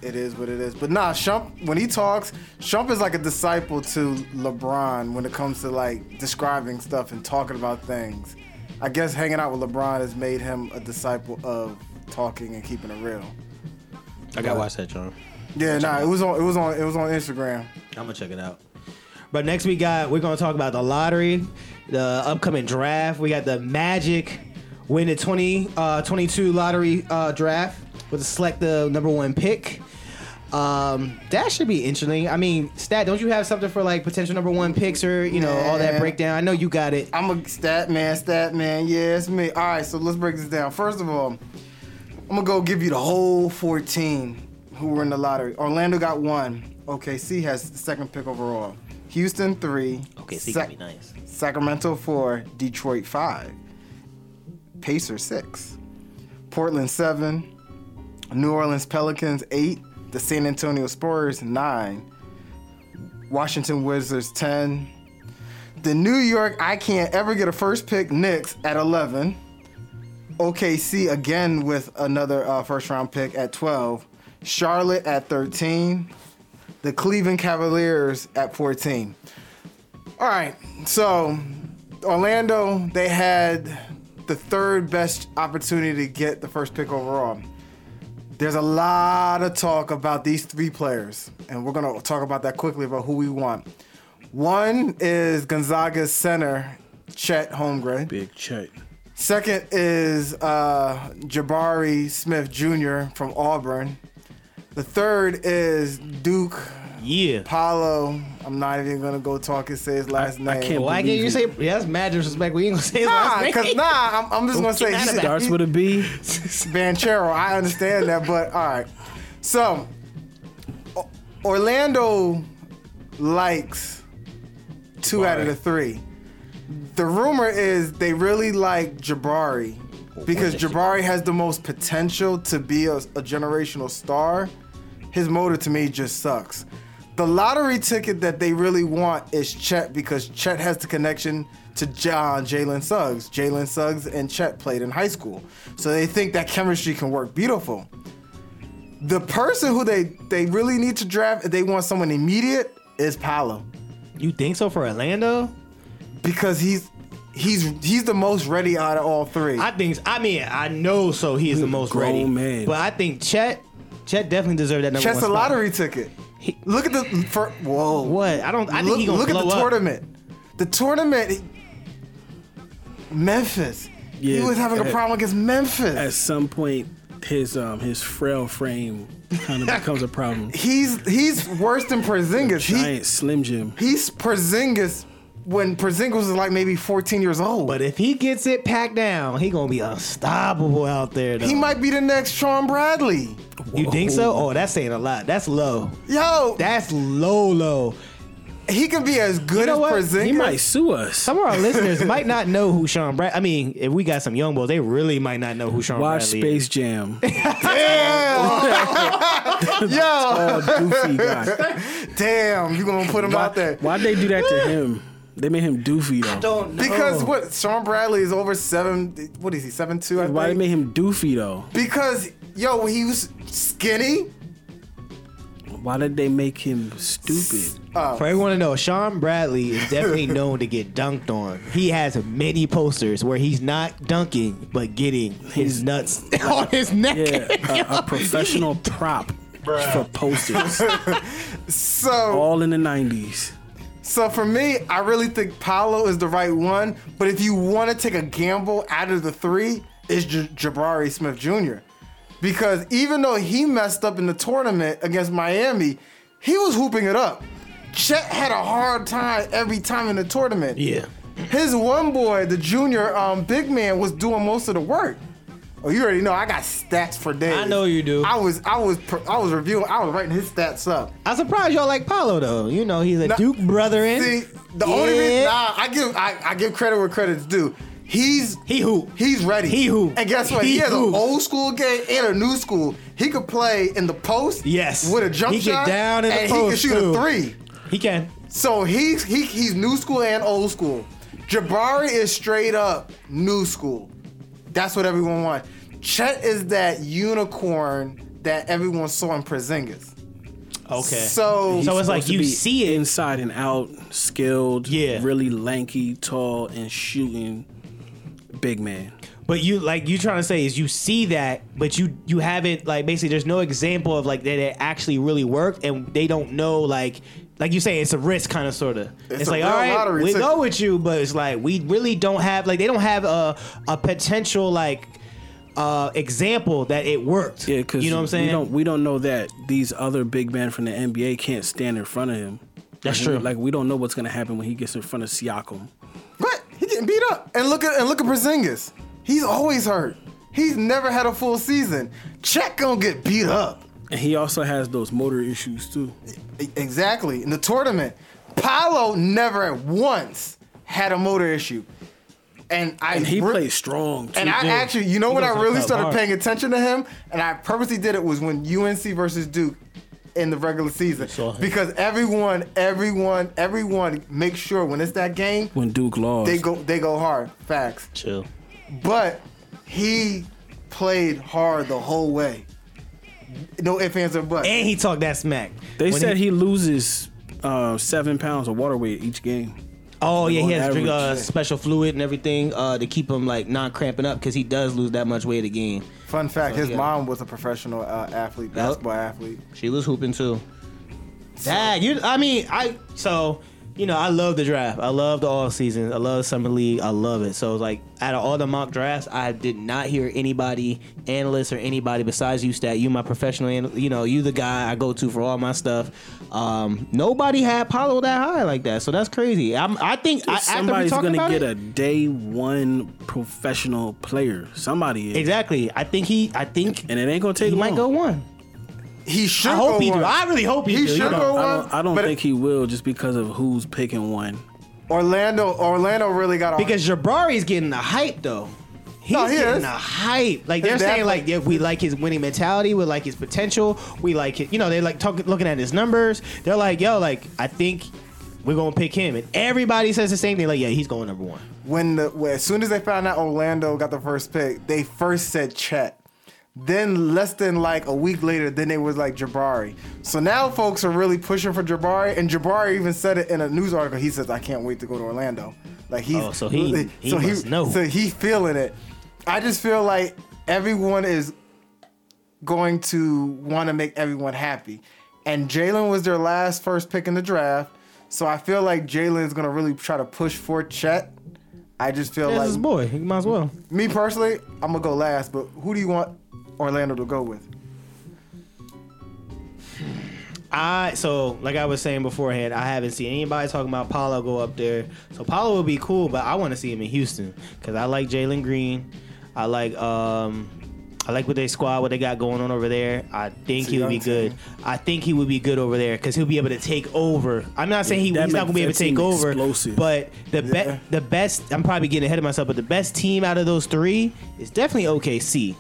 S3: it is what it is. But nah, Shump, when he talks, Shump is like a disciple to LeBron when it comes to like describing stuff and talking about things. I guess hanging out with LeBron has made him a disciple of talking and keeping it real.
S1: I gotta watch that, John.
S3: Yeah, nah, it was on it was on it was on Instagram.
S1: I'm gonna check it out. But next we got we're gonna talk about the lottery, the upcoming draft. We got the Magic win the 20 uh, 22 lottery uh, draft with a select the number one pick. Um, that should be interesting. I mean, stat, don't you have something for like potential number one picks or you know all that
S3: Nah.
S1: breakdown? I know you got it.
S3: I'm a stat man, stat man. Yeah, it's me. All right, so let's break this down. First of all, I'm gonna go give you the whole 14 who were in the lottery. Orlando got one. OKC has the second pick overall. Houston three.
S1: OKC
S3: Sac-
S1: could be nice.
S3: Sacramento four. Detroit five. Pacers six. Portland seven. New Orleans Pelicans eight. The San Antonio Spurs nine. Washington Wizards ten. The New York, I can't ever get a first pick. Knicks at 11. OKC again with another uh, first round pick at 12. Charlotte at 13. The Cleveland Cavaliers at 14. All right, so Orlando, they had the third best opportunity to get the first pick overall. There's a lot of talk about these three players, and we're going to talk about that quickly about who we want. One is Gonzaga's center, Chet Holmgren.
S2: Big check.
S3: Second is uh, Jabari Smith Jr. from Auburn. The third is Duke
S1: Yeah.
S3: Paulo. I'm not even gonna go talk and say his last name.
S2: I can't-
S1: Why can't you say yeah, that's mad disrespect? We ain't gonna say his last
S3: Nah,
S1: name.
S3: cause nah, I'm, I'm just gonna say
S1: mad
S3: he's-
S1: about
S2: Starts with a B.
S3: Banchero. I understand that, but all right. So, O- Orlando likes two out of the three. The rumor is they really like Jabari because Jabari has the most potential to be a, a generational star. His motor to me just sucks. The lottery ticket that they really want is Chet because Chet has the connection to John Jalen Suggs. Jalen Suggs and Chet played in high school. So they think that chemistry can work beautiful. The person who they, they really need to draft if they want someone immediate is Paolo.
S1: [LAUGHS] You think so for Orlando?
S3: Because he's he's he's the most ready out of all three.
S1: I think. I mean, I know. So he is the most
S2: Grown
S1: ready.
S2: man.
S1: But I think Chet, Chet definitely deserved that number
S3: Chet's
S1: one
S3: a
S1: spot.
S3: lottery ticket. Look at the for, whoa.
S1: What? I don't. I think
S3: look,
S1: he gonna
S3: look at
S1: blow
S3: the
S1: up.
S3: tournament. The tournament, Memphis. he
S2: Yeah,
S3: was having a
S2: at-
S3: problem against Memphis.
S2: At some point, his um his frail frame
S1: [LAUGHS]
S2: kind of becomes a problem.
S3: he's he's worse than Porzingis. He,
S2: Giant Slim Jim.
S3: he's Porzingis when Porzingis was like maybe 14 years old.
S1: But if he gets it packed down, he gonna be unstoppable out there. Though.
S3: he might be the next Sean Bradley.
S1: You think so? Oh, that's saying a lot. That's low.
S3: Yo,
S1: That's low, low.
S3: he can be as good
S1: know what?
S3: as Porzingis.
S2: He might sue us.
S1: Some of
S3: [LAUGHS]
S1: our listeners might not know who Sean Brad. I mean, if we got some young boys, they really might not know who Sean
S2: Watch
S1: Bradley. is.
S2: Space Jam.
S3: Yo,
S2: All doofy guy.
S3: [LAUGHS] damn, you gonna put him out there?
S2: Why'd they do that to him? They made him doofy though.
S1: Don't know.
S3: Because what? Sean Bradley is over seven. What is he? Seven two. I
S2: Why they
S3: think.
S2: made him doofy though?
S3: Because yo, when he was skinny,
S2: Why did they make him stupid?
S1: For everyone to know, Sean Bradley is definitely known to get dunked on. He has many posters where he's not dunking but getting his nuts on [LAUGHS] his neck.
S2: Yeah, a, a professional prop for posters,
S3: So,
S2: all in the '90s.
S3: so for me, I really think Paolo is the right one. But if you want to take a gamble out of the three, it's J- Jabari Smith Jr. Because even though he messed up in the tournament against Miami, he was hooping it up. Chet had a hard time every time in the tournament.
S1: Yeah.
S3: His one boy, the junior um, big man, was doing most of the work. Oh, you already know I got stats for days.
S1: I know you do.
S3: I was, I was, pr- I was reviewing. I was writing his stats up.
S1: I'm surprised y'all like Paolo though. You know he's a
S3: Nah,
S1: Duke brother in.
S3: See, the only reason
S1: Yeah.
S3: nah, I give, I, I give credit where credit's due. He's
S1: He hoop.
S3: He's ready.
S1: He hoop.
S3: And guess what? He,
S1: He
S3: has
S1: hoop.
S3: an old school game and a new school. He could play in the post.
S1: Yes.
S3: With a jump
S1: He get
S3: shot.
S1: down in the
S3: and
S1: post,
S3: he can shoot
S1: too.
S3: a three.
S1: he can.
S3: So he's he, he's new school and old school. Jabari is straight up new school. That's what everyone wants. Chet is that unicorn that everyone saw in Przingis.
S1: Okay.
S3: So-
S1: so it's like
S2: supposed to
S1: you
S2: be
S1: see it.
S2: inside and out, skilled,
S1: Yeah.
S2: really lanky, tall, and shooting. Big man.
S1: But you like you trying to say is you see that, but you you haven't like basically there's no example of like that it actually really worked, and they don't know like like you say it's a risk kind of sort of. It's,
S3: a
S1: like
S3: real
S1: all right,
S3: lottery
S1: we
S3: ticket.
S1: go with you, but it's like we really don't have like they don't have a a potential like uh example that it worked.
S2: Yeah, because
S1: you know what I'm saying.
S2: We don't we don't know that these other big men from the NBA can't stand in front of him.
S1: That's
S2: Like,
S1: true.
S2: We, like we don't know what's gonna happen when he gets in front of Siakam.
S3: But he getting beat up. And look at and look at Przingis. He's always hurt. He's never had a full season. Chet gonna get beat up.
S2: And he also has those motor issues too.
S3: E- Exactly. In the tournament, Paolo never once had a motor issue. And I
S2: And he
S3: re-
S2: plays strong. Too.
S3: And I
S1: did.
S3: actually, you know when
S1: goes
S3: I
S1: to
S3: really
S1: the
S3: started
S1: bar.
S3: paying attention to him, and I purposely did it was when UNC versus Duke in the regular season
S1: saw him.
S3: because everyone, everyone, everyone makes sure when it's that game
S2: when Duke lost,
S3: they go they go hard. Facts.
S1: Chill.
S3: But he played hard the whole way. No ifs, ands, or buts.
S1: And he talked that smack.
S2: They
S1: When
S2: said he, loses uh, seven pounds of water weight each game.
S1: Oh yeah,
S2: on
S1: he has to drink uh,
S2: average.
S1: special fluid and everything uh, to keep him like not cramping up because he does lose that much weight again.
S3: Fun fact:
S1: So,
S3: his
S1: yeah.
S3: mom was a professional uh, athlete, basketball athlete.
S1: She was hooping too. Dad, you. I mean, I. So, you know, I love the draft. I love the all season. I love the summer league. I love it. So, like, out of all the mock drafts, I did not hear anybody, analyst or anybody besides you, stat. You, my professional, an- you know, you the guy I go to for all my stuff. Um, nobody had Paolo that high like that. So that's crazy. I'm, I think I, after we
S2: Somebody's
S1: talk
S2: gonna
S1: about
S2: get
S1: it,
S2: a day one professional player. Somebody is,
S1: exactly. I think he. I think
S2: and it ain't gonna
S1: he
S2: take long.
S1: might go one.
S3: He should.
S1: I hope
S3: go
S1: he
S3: one.
S1: do. I really hope he,
S3: He
S1: do. you
S3: should
S1: know.
S3: go
S2: I
S3: one.
S2: don't, I don't
S3: but
S2: think he will just because of who's picking one.
S3: Orlando. Orlando really got a
S1: Because Jabari's getting the hype though. He's
S3: No, he
S1: getting
S3: is.
S1: the hype. Like they're
S3: His dad
S1: saying, like
S3: play-
S1: yeah, we like his winning mentality, we like his potential, we like it. You know, they like talking, looking at his numbers. They're like, yo, like I think we're gonna pick him, and everybody says the same thing. Like, yeah, he's going number one.
S3: when the when, as soon as they found out Orlando got the first pick, they first said Chet. Then less than like a week later, then they was like Jabari. So now folks are really pushing for Jabari, and Jabari even said it in a news article. He says, "I can't wait to go to Orlando." Like he's
S1: Oh, so he- he
S3: so
S1: must know.
S3: so he feeling it. I just feel like everyone is going to want to make everyone happy. And Jalen was their last first pick in the draft. So I feel like Jalen's going to really try to push for Chet. I just feel
S1: That's his
S3: like,
S1: boy. He might as well.
S3: me personally, I'm going to go last, but who do you want Orlando to go with?
S1: I so like I was saying beforehand, I haven't seen anybody talking about Paolo go up there. So Paolo would be cool, but I want to see him in Houston because I like Jalen Green. I like um, I like what they squad, what they got going on over there. I think he would be
S3: young
S1: good. I think he would be good over there because he'll be able to take over. I'm not saying he,
S2: that
S1: he's not gonna be able
S2: makes
S1: to
S2: that
S1: take
S2: team
S1: over,
S2: explosive.
S1: but the
S3: Yeah.
S1: be- the best. I'm probably getting ahead of myself, but the best team out of those three is definitely OKC.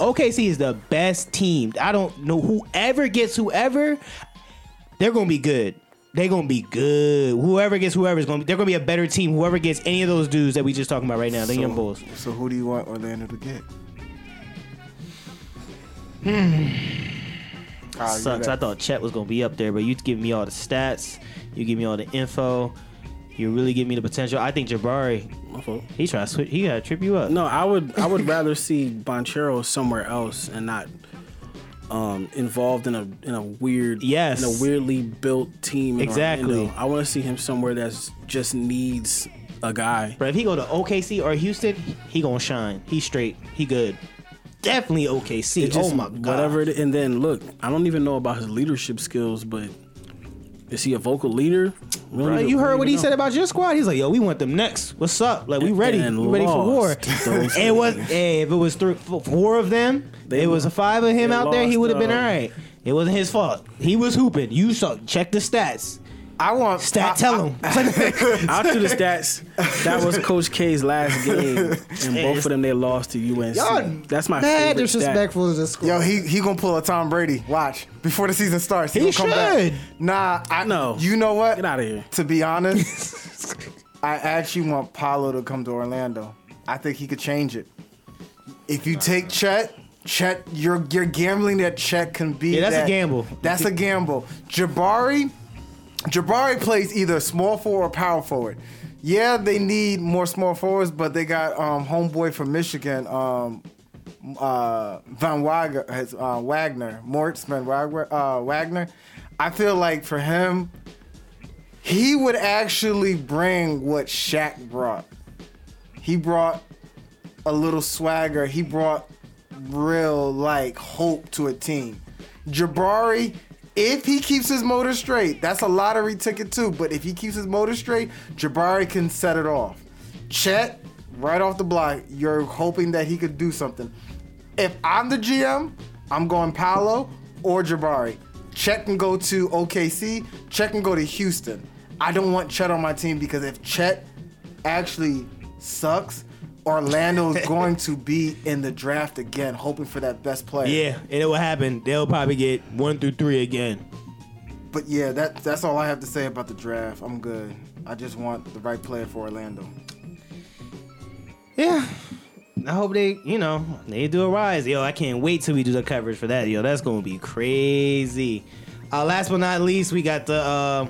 S1: OKC is the best team. I don't know whoever gets whoever they're gonna be good. They're gonna be good. Whoever gets whoever is gonna be, they're gonna be a better team. Whoever gets any of those dudes that we just talking about right now, the young bulls.
S3: So who do you Hmm. want Orlando to get?
S2: ah,
S3: Kyle, you
S1: Sucks.
S3: got-
S1: I thought Chet was gonna be up there, but you give me all the stats, you give me all the info, you really give me the potential. I think Jabari,
S2: My fault.
S1: he trying to switch, he gotta trip you up.
S2: No, I would
S1: [LAUGHS]
S2: I would rather see Bonchero somewhere else and not um, involved in a in a weird
S1: Yes.
S2: in a weirdly built team. in
S1: Exactly.
S2: Orlando. I want to see him somewhere that's just needs a guy.
S1: But if he go to OKC or Houston, he gonna shine. He straight. He good. Definitely OKC.
S2: It just-
S1: oh my god.
S2: Whatever. It, and then look, I don't even know about his leadership skills, but is he a vocal leader? We don't
S1: Bro,
S2: even-
S1: you
S2: we
S1: heard
S2: don't
S1: what he
S2: even know.
S1: said about your squad. He's like, "Yo, we want them next. What's up? Like, we
S2: And-
S1: ready.
S2: and
S1: we ready for war."
S2: lost [LAUGHS] those
S1: it was hey, if it was three, f- four of them,
S2: They
S1: it was a five of him
S2: they
S1: out there. He
S2: lost,
S1: would have been
S2: uh,
S1: all right. It wasn't his fault. He was hooping. You saw. Check the stats.
S3: I want
S1: Stat.
S3: I-
S1: tell him.
S2: After the stats, that was Coach K's last game, and both of them they lost to UNC. That's my
S7: Mad
S2: favorite stat.
S7: disrespectful to the school.
S3: Yo, he he gonna pull a Tom Brady. Watch before the season starts. He,
S1: He
S3: gonna come back.
S1: should.
S3: Nah, I
S2: No.
S3: know. You know what?
S2: Get outta here.
S3: To be honest,
S1: [LAUGHS]
S3: I actually want Paolo to come to Orlando. I think he could change it. If you take Chet, Chet, you're you're gambling that Chet can be.
S1: Yeah, that's a
S3: that-
S1: gamble.
S3: That's a gamble. Jabari, Jabari plays either small forward or power forward. Yeah, they need more small forwards, but they got um, homeboy from Michigan, um, uh, Von Wagner, has, uh, Wagner, Moritz Van Wagner, uh, Wagner. I feel like for him, he would actually bring what Shaq brought. He brought a little swagger. He brought real like hope to a team. Jabari, if he keeps his motor straight, that's a lottery ticket too. But if he keeps his motor straight, Jabari can set it off. Chet, right off the block, you're hoping that he could do something. If I'm the GM, I'm going Paolo or Jabari. Chet can go to OKC. Chet can go to Houston. I don't want Chet on my team because if Chet actually sucks, Orlando is going to be in the draft again, hoping for that best player.
S1: Yeah, and it will happen. They'll probably get one through three again.
S3: But yeah, that that's all I have to say about the draft. I'm good. I just want the right player for Orlando.
S1: Yeah. I hope they, you know, they do a rise. Yo, I can't wait till we do the coverage for that. Yo, that's gonna be crazy. Uh, last but not least, we got the uh,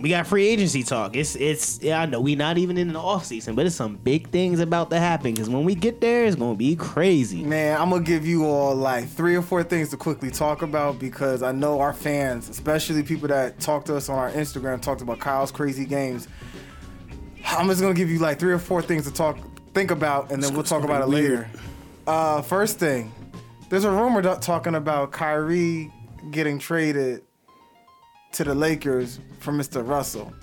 S1: we got free agency talk. It's it's yeah, I know we not even in the off season, but it's some big things about to happen. Cause when we get there, it's gonna be crazy.
S3: Man, I'm gonna give you all like three or four things to quickly talk about because I know our fans, especially people that talk to us on our Instagram, talked about Kyle's crazy games. I'm just gonna give you like three or four things to talk, think about, and then we'll talk about it later. Uh, first thing, there's a rumor da- talking about Kyrie getting traded to the Lakers for Mr. Russell.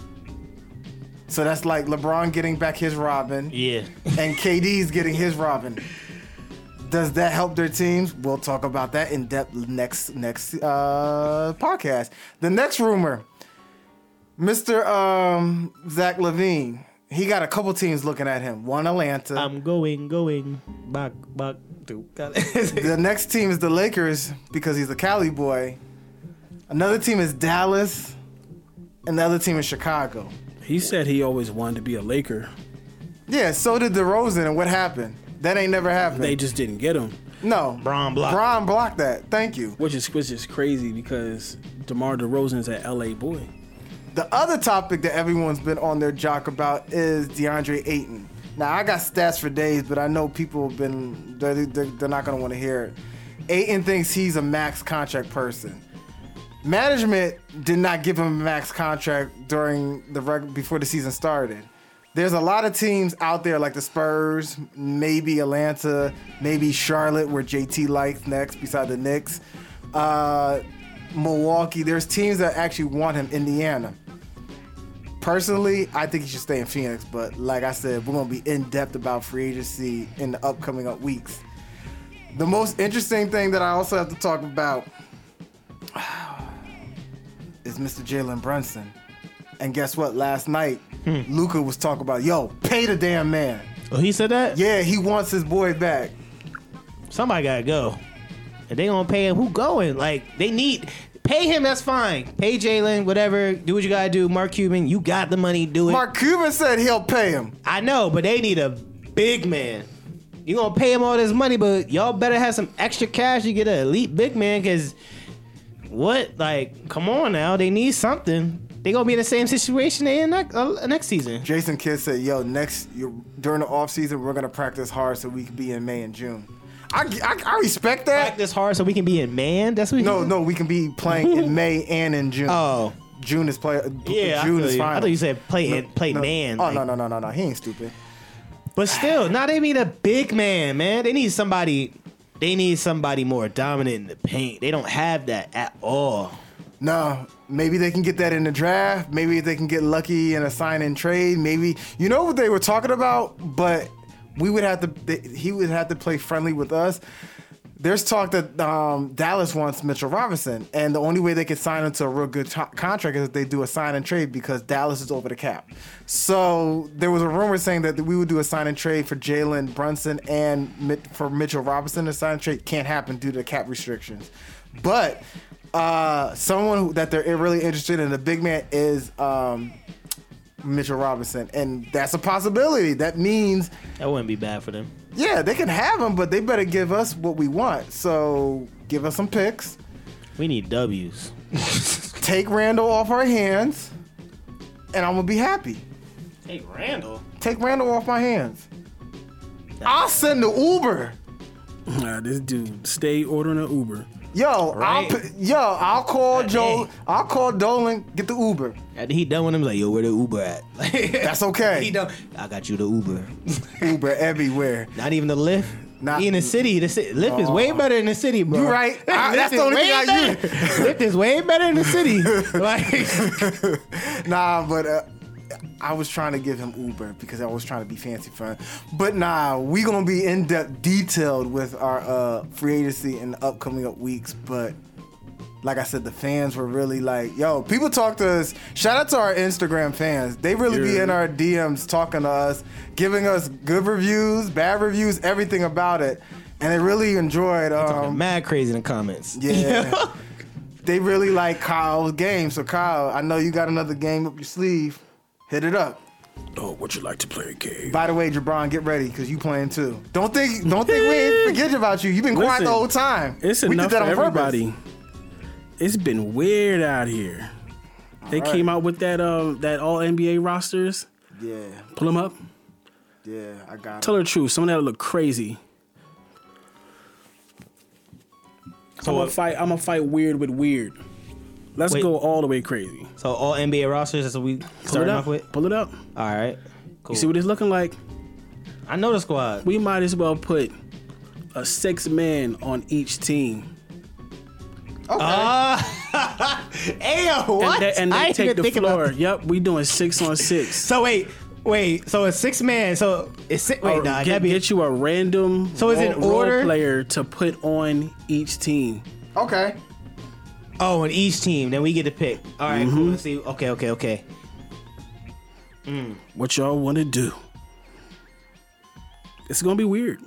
S3: So that's like LeBron getting back his Robin
S1: Yeah.
S3: and KD's getting his Robin. Does that help their teams? We'll talk about that in depth next next uh, podcast. The next rumor, Mr. Um, Zach Levine, he got a couple teams looking at him. One Atlanta.
S1: I'm going, going back, back to
S3: the next team is the Lakers because he's a Cali boy. Another team is Dallas, and the other team is Chicago.
S2: He said he always wanted to be a Laker.
S3: Yeah, so did DeRozan, and what happened? That ain't never happened.
S2: They just didn't get him,
S3: no,
S1: Bron blocked.
S3: Bron blocked that. Thank you.
S2: which is which is crazy because DeMar DeRozan's an LA boy. [LAUGHS]
S3: The other topic that everyone's been on their jock about is DeAndre Ayton. Now I got stats for days, but I know people have been they're, they're, they're not gonna want to hear it. Ayton thinks he's a max contract person. Management did not give him a max contract during the reg- before the season started. There's a lot of teams out there like the Spurs, maybe Atlanta, maybe Charlotte, where JT likes next, beside the Knicks. Uh, Milwaukee. There's teams that actually want him. Indiana. Personally, I think he should stay in Phoenix, but like I said, we're gonna be in depth about free agency in the upcoming up weeks. The most interesting thing that I also have to talk about [SIGHS] is Mr. Jalen Brunson. And guess what? Last night, Luca was talking about, yo, pay the damn man.
S1: Oh, he said that?
S3: Yeah, he wants his boy back.
S1: somebody gotta go. And they gonna pay him. Who going? Like they need pay him. That's fine. Pay Jalen. Whatever. Do what you gotta do. Mark Cuban. You got the money. Do it.
S3: Mark Cuban said he'll pay him.
S1: I know, but they need a big man. You gonna pay him all this money, but y'all better have some extra cash to get an elite big man, cause what? Like, come on now. They need something. They gonna be in the same situation they in next, uh, next season.
S3: Jason Kidd said, "Yo, next you during the off season, we're gonna practice hard so we can be in May and June." I, I, I respect that.
S1: Practice hard so we can be in man. That's [LAUGHS] what.
S3: No,
S1: you-
S3: no, we can be playing in May and in June.
S1: Oh.
S3: June is play.
S1: Yeah,
S3: June
S1: I, feel
S3: is
S1: you. I
S3: final.
S1: thought you said play play man.
S3: Oh
S1: like-
S3: no no no no no! He ain't stupid.
S1: But still, now they need a big man, man. They need somebody. They need somebody more dominant in the paint. They don't have that at all.
S3: No, maybe they can get that in the draft. Maybe they can get lucky in a sign and trade. Maybe you know what they were talking about, but we would have to. They, he would have to play friendly with us. There's talk that um, Dallas wants Mitchell Robinson, and the only way they could sign him to a real good to- contract is if they do a sign and trade because Dallas is over the cap. So there was a rumor saying that we would do a sign and trade for Jalen Brunson and Mit- for Mitchell Robinson. A sign and trade can't happen due to cap restrictions, but uh, someone who, that they're really interested in, the big man is um, Mitchell Robinson, and that's a possibility. That means,
S1: That wouldn't be bad for them.
S3: yeah, they can have him, but they better give us what we want. So give us some picks,
S1: We need W's.
S3: take Randall off our hands, and I'm gonna be happy.
S1: Hey Randall.
S3: Take Randall off my hands. I'll send the Uber.
S2: Nah, this dude stay ordering an Uber.
S3: Yo,
S1: Right.
S3: I'll, p- yo, I'll call
S1: God
S3: Joe.
S1: dang.
S3: I'll call Dolan. Get the Uber.
S1: After he done with him, he's like, yo, where the Uber at? [LAUGHS]
S3: That's okay.
S1: he done. I got you the Uber.
S3: Uber everywhere.
S1: Not even the Lyft.
S3: Not-
S1: Not in the city. The ci- Lyft is way better in the city, bro.
S3: You
S1: [LAUGHS]
S3: right.
S1: Lyft
S3: I- that's the
S1: is
S3: only thing
S1: way
S3: I use.
S1: better. Lyft is way better in the
S3: [LAUGHS]
S1: city. Like, [LAUGHS]
S3: nah, but uh, I was trying to give him Uber because I was trying to be fancy for him. But nah, we gonna be in depth, detailed with our uh, free agency in the upcoming up weeks. But like I said, the fans were really like, yo, people talk to us. Shout out to our Instagram fans. They really be
S2: Yeah.
S3: in our DMs talking to us, giving us good reviews, bad reviews, everything about it. And they really enjoyed. Um,
S1: mad crazy in the comments.
S3: yeah. they really like Kyle's game. So Kyle, I know you got another game up your sleeve. Hit it up.
S2: Oh, would you like to play a game?
S3: By the way, Jabron, get ready because you playing too. Don't think, don't think we ain't
S1: [LAUGHS]
S3: forget about you. You've been quiet
S2: Listen,
S3: the whole time.
S2: It's
S3: we
S2: enough for
S3: purpose.
S2: everybody. It's been weird out here. They came out with that um that all NBA rosters.
S3: Yeah,
S2: Pull them up.
S3: yeah, I got
S2: Tell
S3: it.
S2: her the truth. Some of that look crazy. I'm gonna fight. I'm gonna fight weird with weird. Let's
S1: Wait.
S2: go all the way crazy.
S1: [LAUGHS] So all NBA rosters. That's what we
S2: Pull it
S1: starting
S2: up.
S1: off with.
S2: Pull it up.
S1: All right. Cool.
S2: You see what it's looking like?
S1: I know the squad.
S2: We might as well put a six man on each team.
S1: [LAUGHS] Ayo, what?
S2: And they, and they
S1: I ain't
S2: take
S1: even
S2: the
S1: think
S2: floor.
S1: about.
S2: Yep, we doing six on six.
S1: [LAUGHS] So wait, wait. So it's six man. So it's six. Wait,
S2: Or
S1: nah.
S2: Oh, get,
S1: That'd be
S2: get you a random
S1: So is it
S2: role- role
S1: order?
S2: player to put on each team.
S3: Okay,
S1: oh, and each team. Then we get to pick. All right, cool.
S2: Mm-hmm.
S1: Let's see. Okay, okay, okay.
S2: What y'all want to do? It's gonna be weird.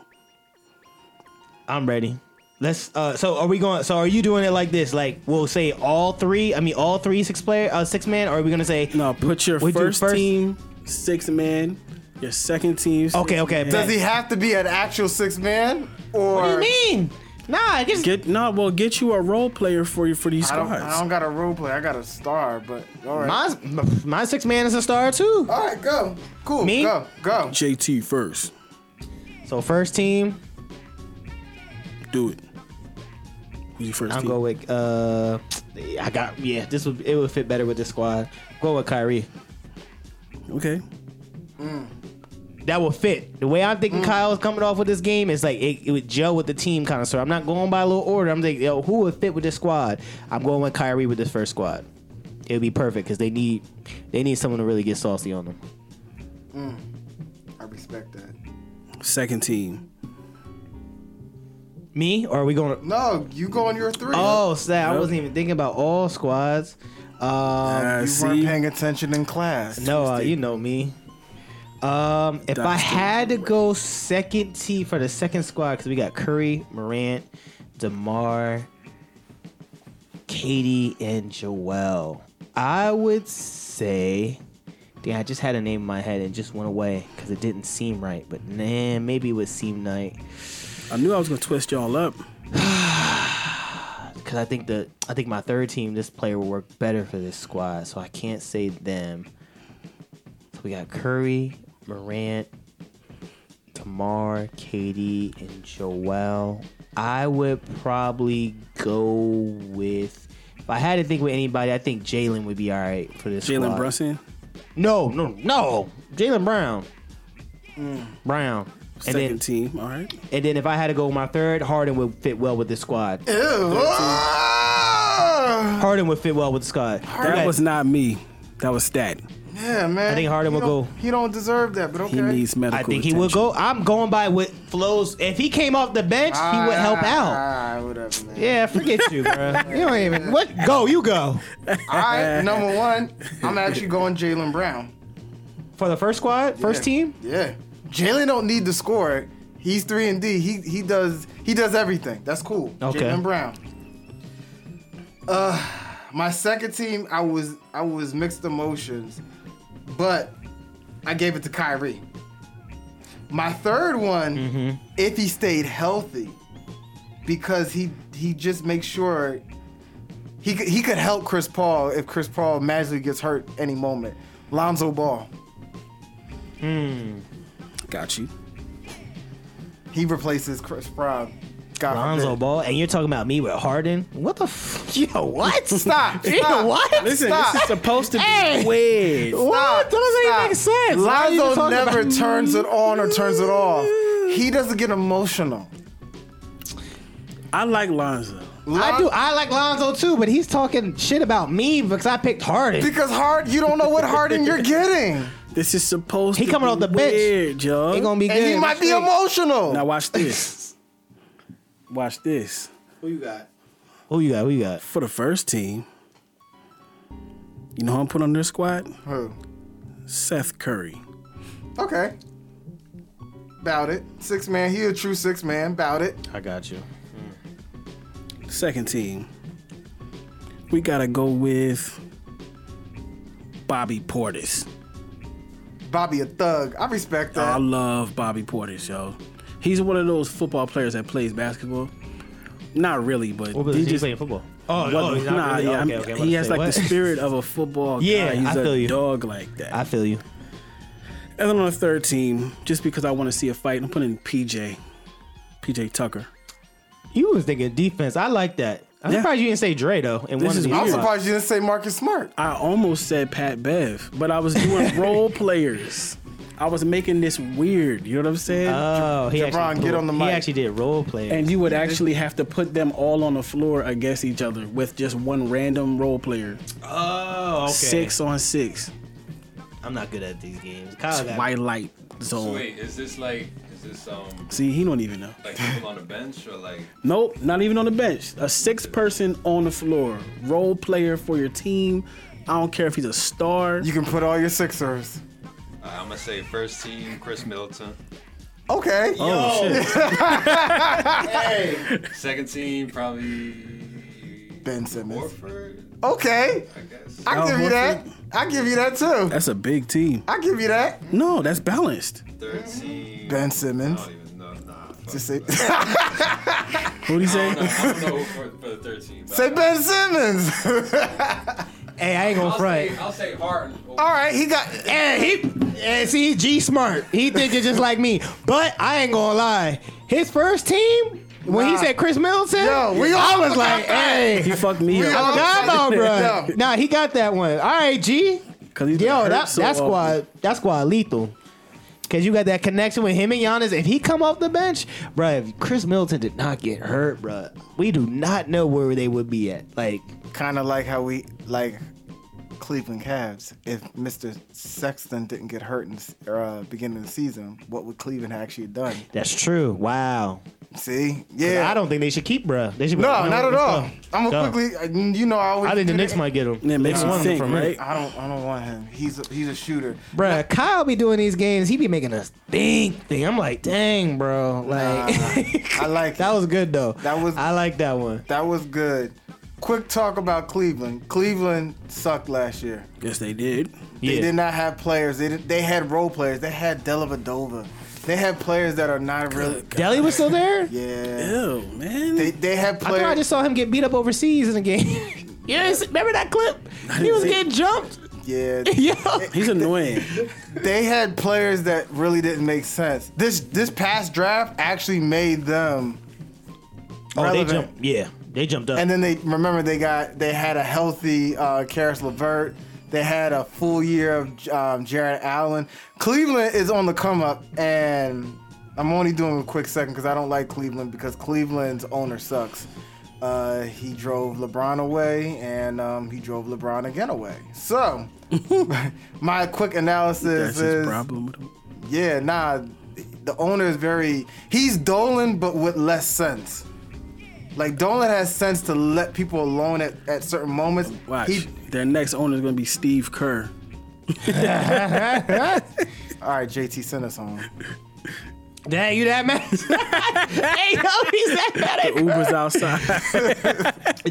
S1: I'm ready. Let's. Uh, so are we going? So are you doing it like this? Like we'll say all three. I mean, all three six player, uh, six man. Or are we gonna say
S2: No, put your
S1: We do
S2: first,
S1: first-
S2: team six man, your second team. six
S1: Okay, okay.
S2: man.
S3: does he have to be an actual six man or?
S1: What do you mean? Nah, it just
S2: Get no, well, get you a role player for you for these
S3: I don't,
S2: squads.
S3: I don't got a role play. I got a star, but all right.
S1: my my six man is a star too.
S2: Oh.
S3: all right, go. Cool.
S1: Me?
S3: Go. Go.
S2: JT first,
S1: So first team,
S2: do it. Who's your 1st
S1: I'll
S2: team?
S1: go with uh I got yeah, this would it would fit better with this squad. Go with Kyrie. Mm.
S2: okay,
S1: That will fit. The way I'm thinking Kyle is coming off with this game is like it, it would gel with the team kind of so I'm not going by a little order. I'm thinking, yo, who would fit with this squad? I'm going with Kyrie with this first squad. It would be perfect because they need they need someone to really get saucy on them.
S3: I respect that.
S2: second team.
S1: Me or are we going? To,
S3: No, you go on your three.
S1: oh, snap! I
S2: Yep.
S1: wasn't even thinking about all squads. Um,
S2: Uh,
S3: you
S2: see?
S3: weren't paying attention in class.
S1: No, uh, you know me. Um, if I had to go second T for the second squad, because we got Curry, Morant, DeMar, Katie, and Joel, I would say. Damn, I just had a name in my head and just went away because it didn't seem right. But nah, maybe it would seem right.
S2: I knew I was gonna twist y'all up.
S1: because I think the I think my third team, this player will work better for this squad, so I can't say them. So we got Curry, Morant, Tamar, Katie, and Joel. I would probably go with. If I had to think with anybody, I think Jalen would be all right for this.
S2: Jalen
S1: squad.
S2: Brunson.
S1: No, no, no. Jalen Brown. Brown. And
S2: Mm. Second
S1: then,
S2: team. All right.
S1: and then if I had to go with my third, Harden would fit well with this squad.
S3: Ah!
S1: Harden would fit well with the squad.
S2: That was not me. That was Stat.
S3: Yeah, man.
S1: I think Harden
S3: He
S1: will
S3: don't-
S1: go.
S3: He don't deserve that, but okay.
S2: He needs medical.
S1: I think he
S2: attention.
S1: would go. I'm going by what flows. If he came off the bench, he would help out.
S3: Ah, whatever, man.
S1: Yeah, forget you, bro.
S2: [LAUGHS]
S1: You don't even what go. You go
S3: All right, number one, I'm actually going Jalen Brown.
S1: for the first squad, first
S3: Yeah.
S1: team.
S3: Yeah. Jalen don't need to score. He's three and D. He he does he does everything. That's cool.
S1: Okay.
S3: Jalen Brown. Uh, my second team, I was I was mixed emotions, but I gave it to Kyrie. My third one,
S1: Mm-hmm.
S3: if he stayed healthy, because he he just makes sure he could, he could help Chris Paul if Chris Paul magically gets hurt any moment. Lonzo Ball.
S2: Got you.
S3: He replaces Chris Brown. God
S1: Lonzo
S3: forbid.
S1: Ball, and you're talking about me with Harden. What the? F- Yo,
S2: [LAUGHS]
S1: what? [LAUGHS]
S3: Stop,
S1: Yo,
S3: stop.
S1: what?
S2: Listen,
S3: Stop.
S2: this is supposed to be
S1: Hey!
S2: weird.
S1: What? That doesn't even make
S3: Stop.
S1: sense. Why are you
S3: Lonzo
S1: talking
S3: never
S1: about-
S3: turns it on or turns it off.
S1: [LAUGHS]
S3: He doesn't get emotional.
S2: I like Lonzo.
S1: I do. I like Lonzo too, but he's talking shit about me because I picked Harden.
S3: Because hard, you don't know what Harden you're getting, and
S2: This is supposed
S1: He
S2: to
S1: coming
S2: be
S1: off the bench.
S2: weird, yo.
S1: He gonna be good.
S3: he might be emotional.
S2: Now watch this. watch this.
S3: Who you got?
S1: Who you got? Who you got?
S2: For the first team, you know who I'm putting on their squad?
S3: Who?
S2: Seth Curry.
S3: Okay. About it, six man. He a true six man. About it.
S1: I got you.
S2: Second team, we gotta go with Bobby Portis.
S3: Bobby a thug. I respect
S2: I
S3: that.
S2: love Bobby Portis, yo. He's one of those football players that plays basketball. Not really, but
S1: What was
S2: he
S1: he
S2: just
S1: playing football? Oh,
S2: What- nah, yeah, I'm- he has like
S1: the
S2: the spirit of
S1: [LAUGHS]
S2: a football guy.
S1: Yeah,
S2: He's
S1: I
S2: a
S1: feel you.
S2: dog like that.
S1: I feel you.
S2: and then on the third team, just because I want to see a fight, I'm putting PJ, PJ Tucker.
S1: You was thinking defense. I like that. I'm
S2: Yeah.
S1: surprised you didn't say Dre though. In
S2: This
S1: one of these
S2: is
S3: I'm
S2: weird.
S1: spots.
S3: surprised you didn't say Marcus Smart.
S2: I almost said Pat Bev, but I
S1: [LAUGHS]
S2: was doing role players. I was making this weird. You know what I'm saying?
S1: Oh, he
S3: Javon,
S1: actually
S3: get
S1: pulled-
S3: on the
S1: He
S3: mic.
S1: actually did role play.
S2: and you would actually have to put them all on the floor against each other with just one random role player,
S1: oh, okay.
S2: six on six,
S1: I'm not good at these games. Kyle got
S2: white light zone.
S7: Wait, is this like is this um
S2: See, he don't even know.
S7: like people on the bench or like
S2: Nope, not even on the bench. A six person on the floor, role player for your team. I don't care if he's a star.
S3: You can put all your Sixers.
S7: I'm gonna uh, say first team Chris Middleton,
S3: Okay.
S2: oh
S7: [LAUGHS]
S2: shit.
S7: second team probably
S3: Ben Simmons.
S7: Horford,
S3: Okay.
S7: I guess.
S3: I
S2: Al
S3: give you that.
S2: Horford.
S3: I give you that too.
S2: That's a big team.
S3: I give you that.
S2: No, that's balanced.
S7: Third team,
S3: Ben
S7: I
S3: Simmons.
S7: don't even know. Nah, fuck
S4: [LAUGHS]
S3: Just say, [LAUGHS]
S7: that.
S2: Who'd he
S7: I
S2: say?
S7: don't know, I don't know for, for the third team. but
S3: say
S7: I-
S3: Ben Simmons. [LAUGHS]
S1: Hey, I ain't gonna
S7: I'll
S1: front.
S7: say I'll say Harden.
S4: Oh,
S3: All right, he got.
S1: And he, and see, G smart. He thinking just like me. But I ain't gonna lie. His first team, when he
S3: Nah.
S1: said Chris Middleton,
S3: [LAUGHS] Yo, we
S1: I
S3: all
S1: was
S3: forgot
S1: like,
S3: that.
S1: hey,
S2: [LAUGHS] He fucked me
S3: We
S1: I
S2: up
S3: all-
S1: forgot
S3: [LAUGHS]
S1: about,
S2: [LAUGHS]
S3: Yeah.
S1: bro. Nah, he got that one. All right, G.
S2: because he's been
S1: Yo,
S2: hurt
S1: that,
S2: so
S1: that
S2: often.
S1: squad, that squad lethal. Cause you got that connection with him and Giannis. If he come off the bench, bruh, if Chris Middleton did not get hurt, bruh, we do not know where they would be at. Like,
S3: Kind of like how we like Cleveland Cavs. If Mr. Sexton didn't get hurt in the uh, beginning of the season, what would Cleveland have actually done?
S1: that's true. Wow.
S3: See? Yeah.
S1: I don't think they should keep, bruh. They should. be
S3: No,
S1: like, you know what,
S3: not at
S1: let's
S3: all.
S1: go.
S3: I'm
S1: Go.
S3: gonna quickly. uh, You know, I always.
S1: I think the Knicks might get him.
S2: Yeah, it makes
S1: They
S2: you
S1: won
S2: think,
S1: from him.
S2: right?
S3: I don't. I don't want him. He's a, he's a shooter.
S1: Bruh, Kyle be doing these games. He be making us think. Thing. I'm like, dang, bro. Like, [LAUGHS]
S3: I like
S1: that
S3: it.
S1: was good though.
S3: That was-
S1: I like that one.
S3: That was good. Quick talk about Cleveland. Cleveland sucked last year.
S2: Yes, they did.
S3: They
S1: Yeah.
S3: did not have players. They did, they had role players. They had Delavadova. They had players that are not really.
S1: Delly was still there.
S3: Yeah.
S2: Ew, man.
S3: They they had
S1: I thought I
S3: players.
S1: just saw him get beat up overseas in a [LAUGHS] game. yes, remember that clip? He was getting jumped. [LAUGHS]
S3: Yeah,
S1: Yeah. [LAUGHS]
S2: He's annoying.
S3: they had players that really didn't make sense. This this past draft actually made them
S1: Oh, they
S3: relevant.
S1: jumped. Yeah, they jumped up.
S3: And then they remember they got they had a healthy uh, Karis LeVert. They had a full year of um, Jared Allen. Cleveland is on the come up, and I'm only doing a quick second because I don't like Cleveland because Cleveland's owner sucks. Uh, he drove LeBron away, and um, he drove LeBron again away. So, [LAUGHS] my quick analysis
S2: That's his
S3: is
S2: problem. with him.
S3: yeah, nah. The owner is very he's Dolan, but with less sense. Like Dolan has sense to let people alone at, at certain moments.
S2: Watch.
S3: He,
S2: Their next owner is going to be Steve Kerr.
S3: all right, JT, send us home.
S1: Dang, you that mad? [LAUGHS] hey, yo, he's that mad at
S2: [LAUGHS] Uber's outside.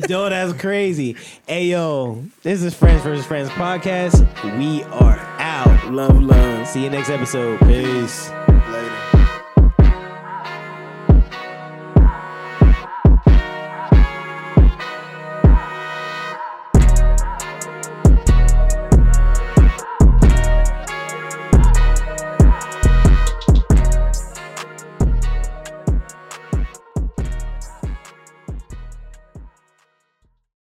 S1: Yo, that's crazy. Hey, yo, this is Friends versus Friends podcast. We are out.
S2: love, love.
S1: See you next episode. Peace.